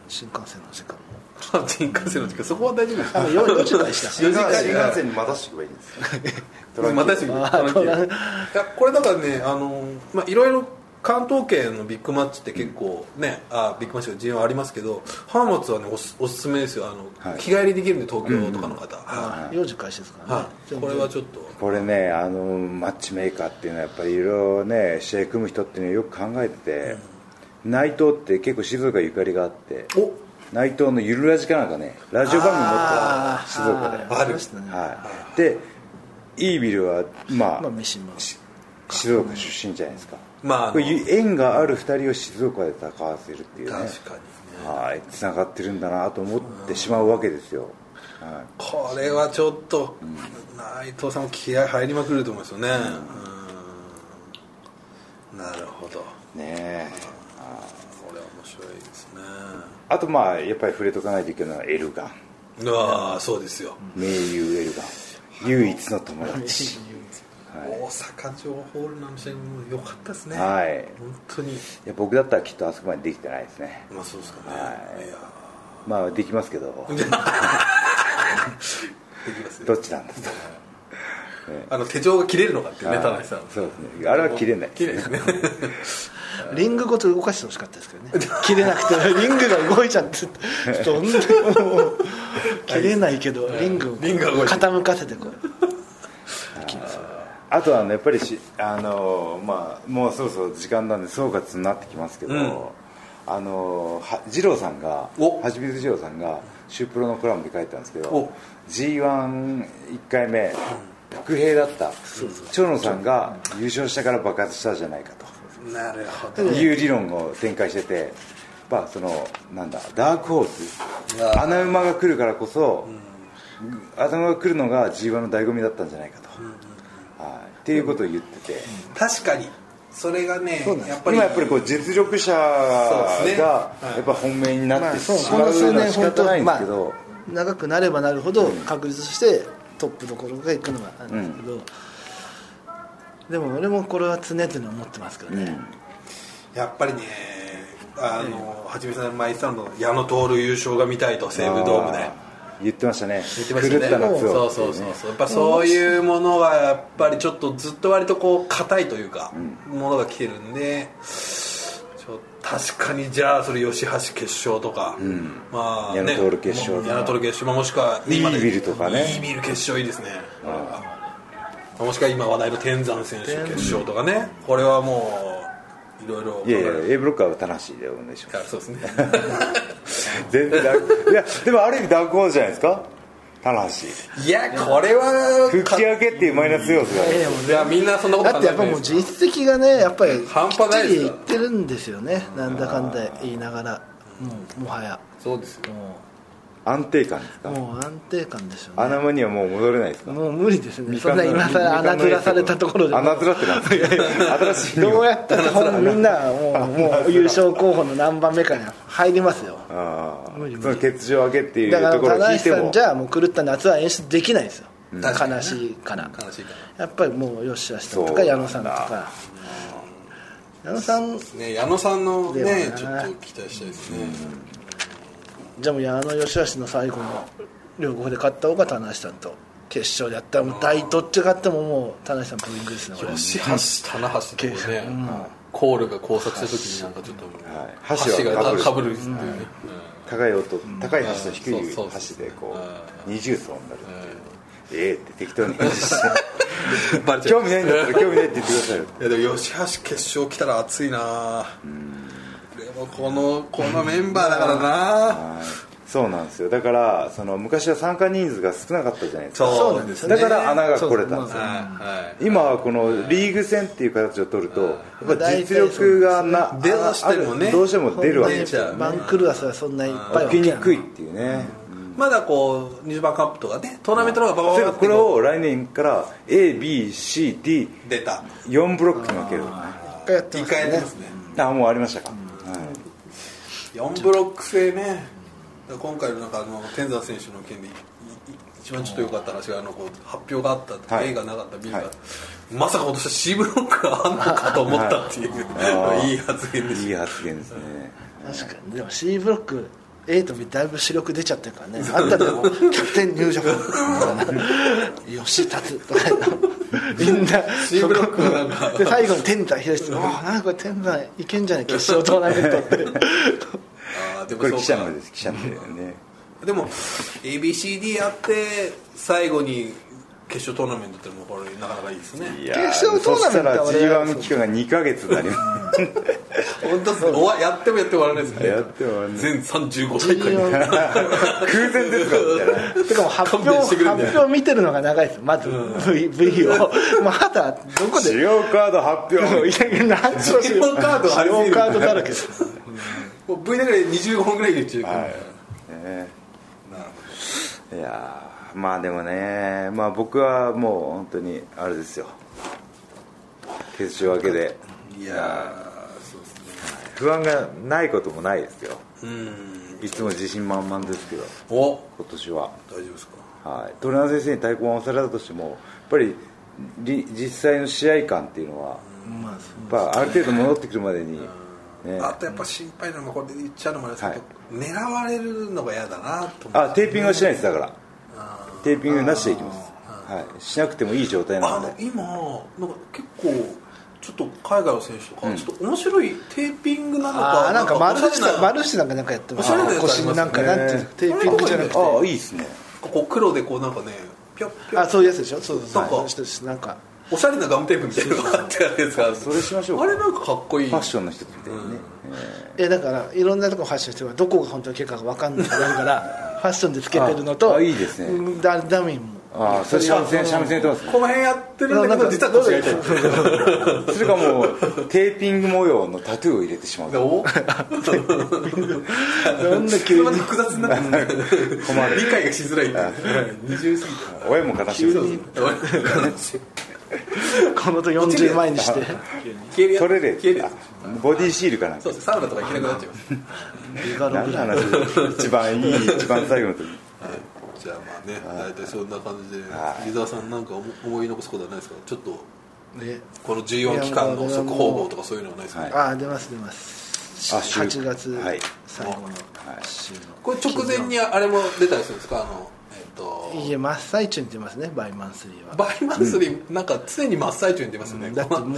Speaker 3: 新幹線の時間も
Speaker 2: *laughs* 新幹線の時間そこは大丈夫です
Speaker 3: あ
Speaker 2: か
Speaker 3: 4時間で
Speaker 2: *laughs*
Speaker 3: した
Speaker 1: 新
Speaker 2: 4時
Speaker 1: 幹
Speaker 2: 間
Speaker 1: 新幹線に待たしておけばいいん
Speaker 2: *laughs*
Speaker 1: ですよトランキー
Speaker 2: またしてくるいやこれだからねあのまあいろいろ関東圏のビッグマッチって結構ね、あビッグマッチが G1 ありますけど浜松はねおすおすすめですよあの、
Speaker 1: はい
Speaker 2: 日帰りできるんで東京とかの方、は
Speaker 3: 4時開始ですか
Speaker 2: い
Speaker 3: らね
Speaker 2: はい、これはちょっと
Speaker 1: これねあのマッチメーカーっていうのはやっぱりいろいろね試合組む人っていうのはよく考えてて、内藤って結構静岡ゆかりがあって
Speaker 2: お
Speaker 1: 内藤のゆるラジかなんかねラジオ番組持
Speaker 3: あ
Speaker 1: っ
Speaker 3: ー
Speaker 1: てたの静岡で
Speaker 3: あーありましたね
Speaker 1: はい、でイービルは、まあ
Speaker 3: まあ三島
Speaker 1: し静岡出身じゃないですか、
Speaker 2: まああ
Speaker 1: こ
Speaker 2: の
Speaker 1: れ縁がある2人を静岡で戦わせるっていうね
Speaker 2: 確かにね
Speaker 1: はいつながってるんだなと思ってしまうわけですよ、は
Speaker 2: これはちょっと、内藤さんも気合入りまくると思いますよね、うんなるほど
Speaker 1: い、ねえ
Speaker 2: これは面白いですね
Speaker 1: あとまあやっぱり触れとかないといけないのはエルガン
Speaker 2: うわあそうですよ、
Speaker 1: 名優エルガン唯一の友達
Speaker 2: 大阪城ホールの試合も良かったですね、
Speaker 1: はい
Speaker 2: 本当に、
Speaker 1: いや僕だったらきっとあそこまでできてないですね
Speaker 2: まあ、そうですかね、い、や
Speaker 1: まあできますけ
Speaker 2: *laughs*
Speaker 1: ど
Speaker 2: ーできますよ
Speaker 1: どっちなんですか
Speaker 2: あの手錠が切れるのかっていうね、田中さん、
Speaker 1: そうですねあれは切れない
Speaker 2: 切れないですね、
Speaker 3: リングごと動かしてほしかったですけどね切れなくてリングが動い
Speaker 2: *laughs*
Speaker 3: ちゃってどんなもう切れないけどリングを
Speaker 2: リングが動いてる
Speaker 3: 傾かせてこう
Speaker 1: あとはあのやっぱりしあのまあもうそろそろ時間なんで総括になってきますけど、
Speaker 2: うん
Speaker 1: あのは二郎さんが
Speaker 2: お
Speaker 1: はちみつ二郎さんがシュープロのコラムで書いてたんですけど
Speaker 2: お
Speaker 1: g 1 1回目伏兵だった長野さんが優勝したから爆発したじゃないかと。
Speaker 2: *laughs* なるほど、
Speaker 1: いう理論を展開してて、まあ、そのなんだダークホー
Speaker 2: あ
Speaker 1: ス
Speaker 2: ー
Speaker 1: 穴馬が来るからこそ、穴馬が来るのが g 1の醍醐味だったんじゃないかと、はいっていうことを言ってて、
Speaker 2: 確かに、それがね、やっぱり、
Speaker 1: 今やっぱりこう実力者
Speaker 2: そうですね
Speaker 1: が
Speaker 2: はい
Speaker 1: やっぱ本命にな
Speaker 3: ま
Speaker 1: っ
Speaker 3: あ
Speaker 1: てし
Speaker 3: そう
Speaker 1: まうのは仕
Speaker 3: 本
Speaker 1: 方
Speaker 3: 当
Speaker 1: ないんで
Speaker 3: ます
Speaker 1: けど、
Speaker 3: あ長くなればなるほど確立してトップどころがいくのがあるんですけど、でも俺もこれは常々思ってますけどね、
Speaker 2: やっぱりね、あの、はじめさん、前言ってたの、矢野徹優勝が見たいと、西武ドームで。
Speaker 1: あー言ってましたね
Speaker 2: 言ってましたね
Speaker 1: 狂った夏を
Speaker 2: そうそうそうそうやっぱそういうものがやっぱりちょっとずっと割とこう硬いというか、ものが来てるんでちょ確かにじゃあそれ吉橋決勝とか、まあね
Speaker 1: 矢野徹決勝とか
Speaker 2: 矢野徹決勝まあもしくは
Speaker 1: イー
Speaker 2: 今で
Speaker 1: ビルとかね
Speaker 2: イービル決勝いいですねもしくは今話題の天山選手決勝とかねこれはもういろいろ *laughs*
Speaker 1: いやいや A ブロックは田無でお願いします
Speaker 2: あそうですね *laughs*
Speaker 1: 全然ダークいやでもある意味ダークホールじゃないですか棚橋
Speaker 2: いやこれは
Speaker 1: 吹き上げっていうマイナス要素がある
Speaker 3: ええも
Speaker 2: いやみんなそんなこと
Speaker 3: だってやっぱ
Speaker 2: 考え
Speaker 3: も
Speaker 2: な
Speaker 3: う
Speaker 2: いです
Speaker 3: 実績がねやっぱりき
Speaker 2: 半端な
Speaker 3: っ
Speaker 2: いで
Speaker 3: ちり
Speaker 2: す
Speaker 3: い
Speaker 2: よ
Speaker 3: ってるんですよねなんだかんだ言いながらもうもはや
Speaker 2: そうですよ
Speaker 3: も
Speaker 1: 安定感です
Speaker 3: う
Speaker 1: か
Speaker 3: もう安定感ですよね
Speaker 1: 穴場にはもう戻れないですか
Speaker 3: もう無理ですねそんな今更穴ずらされたところで
Speaker 1: 穴ずらってなんですか新しい
Speaker 3: どう *laughs* やったってほんみんなもうもう優勝候補の何番目かに入りますよ
Speaker 1: ああそ
Speaker 3: 無理無
Speaker 1: の
Speaker 3: 理
Speaker 1: 欠場明けっていう
Speaker 3: だか
Speaker 1: と
Speaker 3: ら
Speaker 1: ころを
Speaker 3: 棚
Speaker 1: 聞いて
Speaker 3: 橋さ
Speaker 1: も
Speaker 3: んじゃもう狂った夏は演出できないですよ
Speaker 2: ん
Speaker 3: 悲しいから
Speaker 2: 悲しいか
Speaker 3: やっぱりもう吉田さん
Speaker 1: そ
Speaker 3: と
Speaker 1: う
Speaker 3: か
Speaker 1: なんだ
Speaker 3: 矢野さんとか矢野さん
Speaker 2: らね矢野さんの
Speaker 3: では
Speaker 2: ね
Speaker 3: な
Speaker 2: ちょっと期待したいですね
Speaker 3: じゃあもう矢野吉橋の最後の両国で勝った方が田無さんと決勝でやったらもう大どっちが勝ってももう田無さんブーイングですねこれ
Speaker 2: 吉橋棚橋ってこうねコールが交錯した時になんかちょっと
Speaker 1: はい
Speaker 2: 橋
Speaker 1: 橋が
Speaker 2: が
Speaker 1: 被
Speaker 2: か
Speaker 1: る
Speaker 2: ぶるっていうね
Speaker 1: 高い音高い橋と低い
Speaker 2: うんそうそう
Speaker 1: 橋でこう
Speaker 2: う
Speaker 1: 二重奏になる
Speaker 2: うん
Speaker 1: ええって適当に返事して
Speaker 2: うんバレちゃう
Speaker 1: 興味ないんだったら興味ないって言ってくださいよ
Speaker 2: いやでも吉橋決勝来たら熱いなでもこのこのメンバーだからな
Speaker 1: はいそうなんですよだからその昔は参加人数が少なかったじゃないですか
Speaker 3: そうなんですね
Speaker 1: だから穴が来れたんですよ
Speaker 3: そうそう
Speaker 2: はいはい
Speaker 1: 今はこのリーグ戦っていう形を取るとやっぱ実力がな
Speaker 2: 出だしてもね
Speaker 1: あるどうしても出るわけ
Speaker 2: 出
Speaker 1: で
Speaker 2: ち
Speaker 1: す
Speaker 2: ゃう
Speaker 1: よ
Speaker 2: ね
Speaker 3: マンクルアスはそんないっぱいは
Speaker 1: 受けにくいっていうね
Speaker 2: まだこう20番カップとかねトーナメントの方がババ
Speaker 1: 例え
Speaker 2: バ
Speaker 1: ば
Speaker 2: バっ
Speaker 1: こ
Speaker 2: て
Speaker 1: れ
Speaker 2: こ
Speaker 1: を来年から ABCD4
Speaker 2: う出た
Speaker 1: ブロックに分けるあ
Speaker 3: 一回やって
Speaker 2: 一
Speaker 3: ます
Speaker 2: 回やって
Speaker 3: ね
Speaker 2: ますね
Speaker 1: もうありましたか、はい
Speaker 2: 4ブロック制ねだから今回のなんかあの天山選手の件でいい一番ちょっと良かった話があのこう発表があったとか、
Speaker 1: はい
Speaker 2: A がなかった B が、
Speaker 1: はい
Speaker 2: まさか今年は C ブロックがあんのかと思ったっていう、
Speaker 1: あー
Speaker 2: い、い発言でし
Speaker 1: いい発言ですね
Speaker 3: 確かにでも C ブロック A と B だいぶ主力出ちゃってるか
Speaker 2: *laughs*
Speaker 3: らねあんたでもキャプテン入場吉達とかみんな
Speaker 2: C ブロックはなんか
Speaker 3: で最後に天山広志ああなんかこれ天山いけんじゃない決勝トーナメントって
Speaker 2: たあーで
Speaker 1: これ
Speaker 2: も
Speaker 1: 記
Speaker 2: そ
Speaker 1: 者の
Speaker 2: うか
Speaker 1: です記者のね
Speaker 2: でも ABCD やって最後に決勝トーナメントってのもこれなかなかいいですね
Speaker 1: いや
Speaker 3: 決勝トーナメントは
Speaker 1: そ
Speaker 3: 俺
Speaker 1: したら G1 期間が2ヶ月になりま
Speaker 2: 本当ですねおわやってもやっても終わらないです
Speaker 1: す
Speaker 2: ね
Speaker 1: やってもらわない
Speaker 2: 全35大 *laughs* 会に
Speaker 1: 空前ですかみたいな
Speaker 3: てかもう発表
Speaker 2: 勘弁してくれんだよ
Speaker 3: 発表見てるのが長いですよまず V, v をまだどこ
Speaker 1: 主
Speaker 3: で
Speaker 1: 要カード発表
Speaker 3: 何しろ
Speaker 2: 資料カードありすぎる
Speaker 3: カードだらけです
Speaker 2: もう V だけで25分ぐらいで言っちゃう、
Speaker 1: はいねいやーまあでもねまあ僕はもう本当にあれですよ決勝明けで
Speaker 2: いやーそうですね
Speaker 1: 不安がないこともないですよ
Speaker 2: うん
Speaker 1: いつも自信満々ですけど
Speaker 2: お
Speaker 1: 今年は
Speaker 2: 大丈夫ですか
Speaker 1: はい、トレーナー先生に太鼓を押されたとしてもやっぱりり実際の試合感っていうのは
Speaker 3: まあそう
Speaker 1: やっぱある程度戻ってくるまでに、ね、
Speaker 2: あとやっぱ心配なのはこれで言っちゃうのもあれですけ
Speaker 1: はい
Speaker 2: ど、狙われるのが嫌だなと思
Speaker 1: あ
Speaker 2: って
Speaker 1: テーピングはしないですだからテーピングなしでいきます、はい、しなくてもいい状態な
Speaker 2: あ
Speaker 1: の
Speaker 2: の
Speaker 1: で
Speaker 2: 今なんか結構ちょっと海外の選手とか、ちょっと面白いテーピングなのか
Speaker 3: あーなんかマルシ
Speaker 2: なん
Speaker 3: だ
Speaker 2: か
Speaker 3: マルシなんかなんかやってます
Speaker 2: おしゃれなやつあります
Speaker 3: 腰
Speaker 2: ね
Speaker 3: になんかなんていうのテーピングじゃなくて
Speaker 1: ああいいですね
Speaker 2: こう黒でこうなんかねピョッピョ
Speaker 3: あ
Speaker 2: ッ
Speaker 3: そういうやつでしょそうそうそう
Speaker 2: なんか
Speaker 3: そうそうそうなんか
Speaker 2: おしゃれなガムテープみたいなのがあってあれですか
Speaker 1: それしましょうか
Speaker 2: あれなんかかっこいい
Speaker 1: ファッションの一つみたいなね、
Speaker 3: えだからいろんなとこファッションしてるからどこが本当の結果か分かんないからだからファッションでつけてるの
Speaker 1: あ
Speaker 3: と
Speaker 1: あいいですね
Speaker 3: うんダダミンも
Speaker 1: ああそれ三味線三味線やってま
Speaker 2: この辺やってるんだけど実は腰が痛い
Speaker 1: すそれかもうテーピング模様のタトゥーを入れてしまう困
Speaker 2: *laughs* どう
Speaker 3: どん *laughs* な
Speaker 2: それ
Speaker 3: 急
Speaker 2: ま
Speaker 3: に
Speaker 2: た複雑になってるんだよ *laughs* ね理
Speaker 1: る
Speaker 2: 解がしづらいんだよね二重すぎて
Speaker 1: 親も悲しむ
Speaker 3: このと40万円にして
Speaker 2: 消えるやつ
Speaker 1: それで
Speaker 2: 消えるや
Speaker 1: あ
Speaker 2: つ
Speaker 1: ボディシールかなんか
Speaker 2: そうですサウナとか行けなくなっちゃいます
Speaker 3: ビガロ
Speaker 1: 何
Speaker 3: ぐ
Speaker 1: の
Speaker 3: らい
Speaker 1: 話一番いい一番最後の時
Speaker 2: じゃあまあね大体そんな感じで伊沢さんなんか思思い残すことはないですかちょっと
Speaker 3: ね
Speaker 2: この14期間の速報号とかそういうのはないですか、
Speaker 1: はい
Speaker 3: ああ出ます出ます
Speaker 1: あ週
Speaker 3: 8月
Speaker 1: はい
Speaker 3: 最後の
Speaker 1: はい
Speaker 3: 週の
Speaker 2: これ直前にあれも出たりするんですかあのえっと
Speaker 3: いえ真っ最中に出ますねバイマンスリーは
Speaker 2: バイマンスリーなんか常に真っ最中に出ますよね、
Speaker 3: だってもう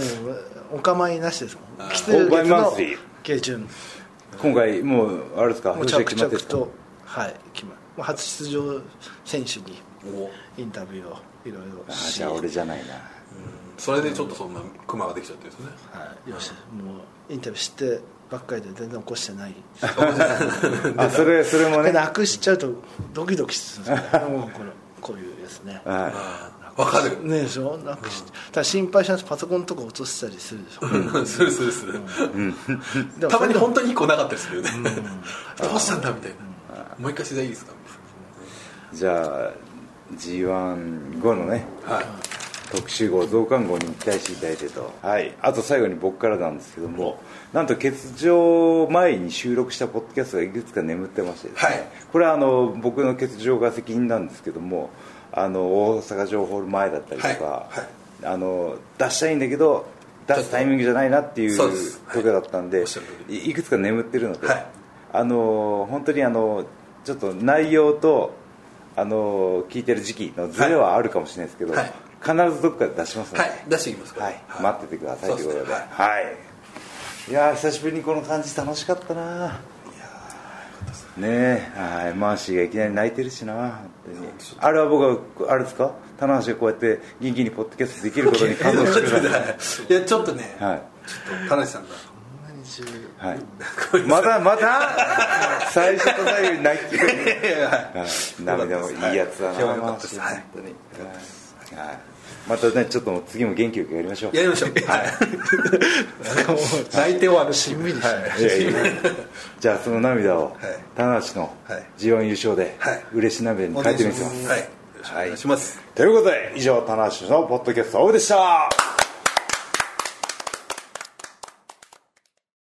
Speaker 3: お構いなしですもん来て
Speaker 1: お
Speaker 3: る
Speaker 1: バイ
Speaker 3: 月
Speaker 1: マン
Speaker 3: の
Speaker 1: スリー
Speaker 3: 下旬
Speaker 1: 今回もうあれですか
Speaker 3: もう
Speaker 1: 表紙
Speaker 3: 着
Speaker 1: が決まっ
Speaker 3: 々
Speaker 1: てるん
Speaker 3: とはい決まるもう初出場選手に
Speaker 2: お
Speaker 3: インタビューをいろいろ
Speaker 1: ですかあ
Speaker 3: し
Speaker 1: じゃあ俺じゃないな
Speaker 2: それでちょっとそんなクマができちゃってるんですね
Speaker 3: はい、よしもうインタビューしてばっかりで全然起こして *laughs* ない *laughs*
Speaker 1: あそれそれもね
Speaker 3: なくしちゃうとドキドキするん *laughs* ですよ、ね、もうこのこういうやつね
Speaker 1: は
Speaker 2: あわかる
Speaker 3: ねえでしょなくし、ただ心配しますパソコンとか落としたりするでしょ、
Speaker 2: *laughs* するするする
Speaker 3: でも
Speaker 2: たまに
Speaker 3: それでも
Speaker 2: 本当に1個なかったりするよね *laughs* どうしたんだみたいなもう一回取材いいですか
Speaker 1: いじゃあ G1 後のね
Speaker 2: みたいなはい
Speaker 1: 特集号増刊号に期待していただいてと、はい、あと最後に僕からなんですけどもなんと欠場前に収録したポッドキャストがいくつか眠ってましてですね、
Speaker 2: はい
Speaker 1: これはあの僕の欠場が責任なんですけどもあの大阪城ホール前だったりとか、
Speaker 2: はいは
Speaker 1: あの出したいんだけど出すタイミングじゃないなっていう
Speaker 2: そうですはい
Speaker 1: 時だったんで、
Speaker 2: おっしゃる通
Speaker 1: い、いくつか眠ってるので、
Speaker 2: はい
Speaker 1: あの本当にあのちょっと内容とあの聞いてる時期のズレはあるかもしれないですけど、
Speaker 2: はい
Speaker 1: 必ずどっかで出しますので、
Speaker 2: は
Speaker 1: はい
Speaker 2: い出していきますから
Speaker 1: 待っててください
Speaker 2: そう
Speaker 1: と
Speaker 2: で
Speaker 1: いう
Speaker 2: すね
Speaker 1: ことで、は
Speaker 2: はいい
Speaker 1: いやー久しぶりにこの感じ楽しかったなねえはいマーシーがいきなり泣いてるしな本当にあれは僕はあれですか棚橋がこうやって元気にポッドキャストできることに感動してくれた
Speaker 2: いやちょっとね、
Speaker 1: はい
Speaker 2: ちょっと田無さんが
Speaker 1: はい、またまた最初と最後に泣きはい涙もいいやつだな
Speaker 2: はいよかったですはい
Speaker 1: 本当にはいはいまたねちょっともう次も元気よくやりましょう
Speaker 2: やりましょうはい
Speaker 3: もう
Speaker 2: 泣いて終わる
Speaker 3: しんみりしたね
Speaker 1: いや
Speaker 2: *laughs*
Speaker 1: いやじゃあその涙を棚橋の
Speaker 2: はい
Speaker 1: G1 優勝で
Speaker 2: はい
Speaker 1: 嬉し涙に変えてみせます
Speaker 2: はいよろしくお願いします、
Speaker 1: ということで以上棚橋のポッドキャストオフでした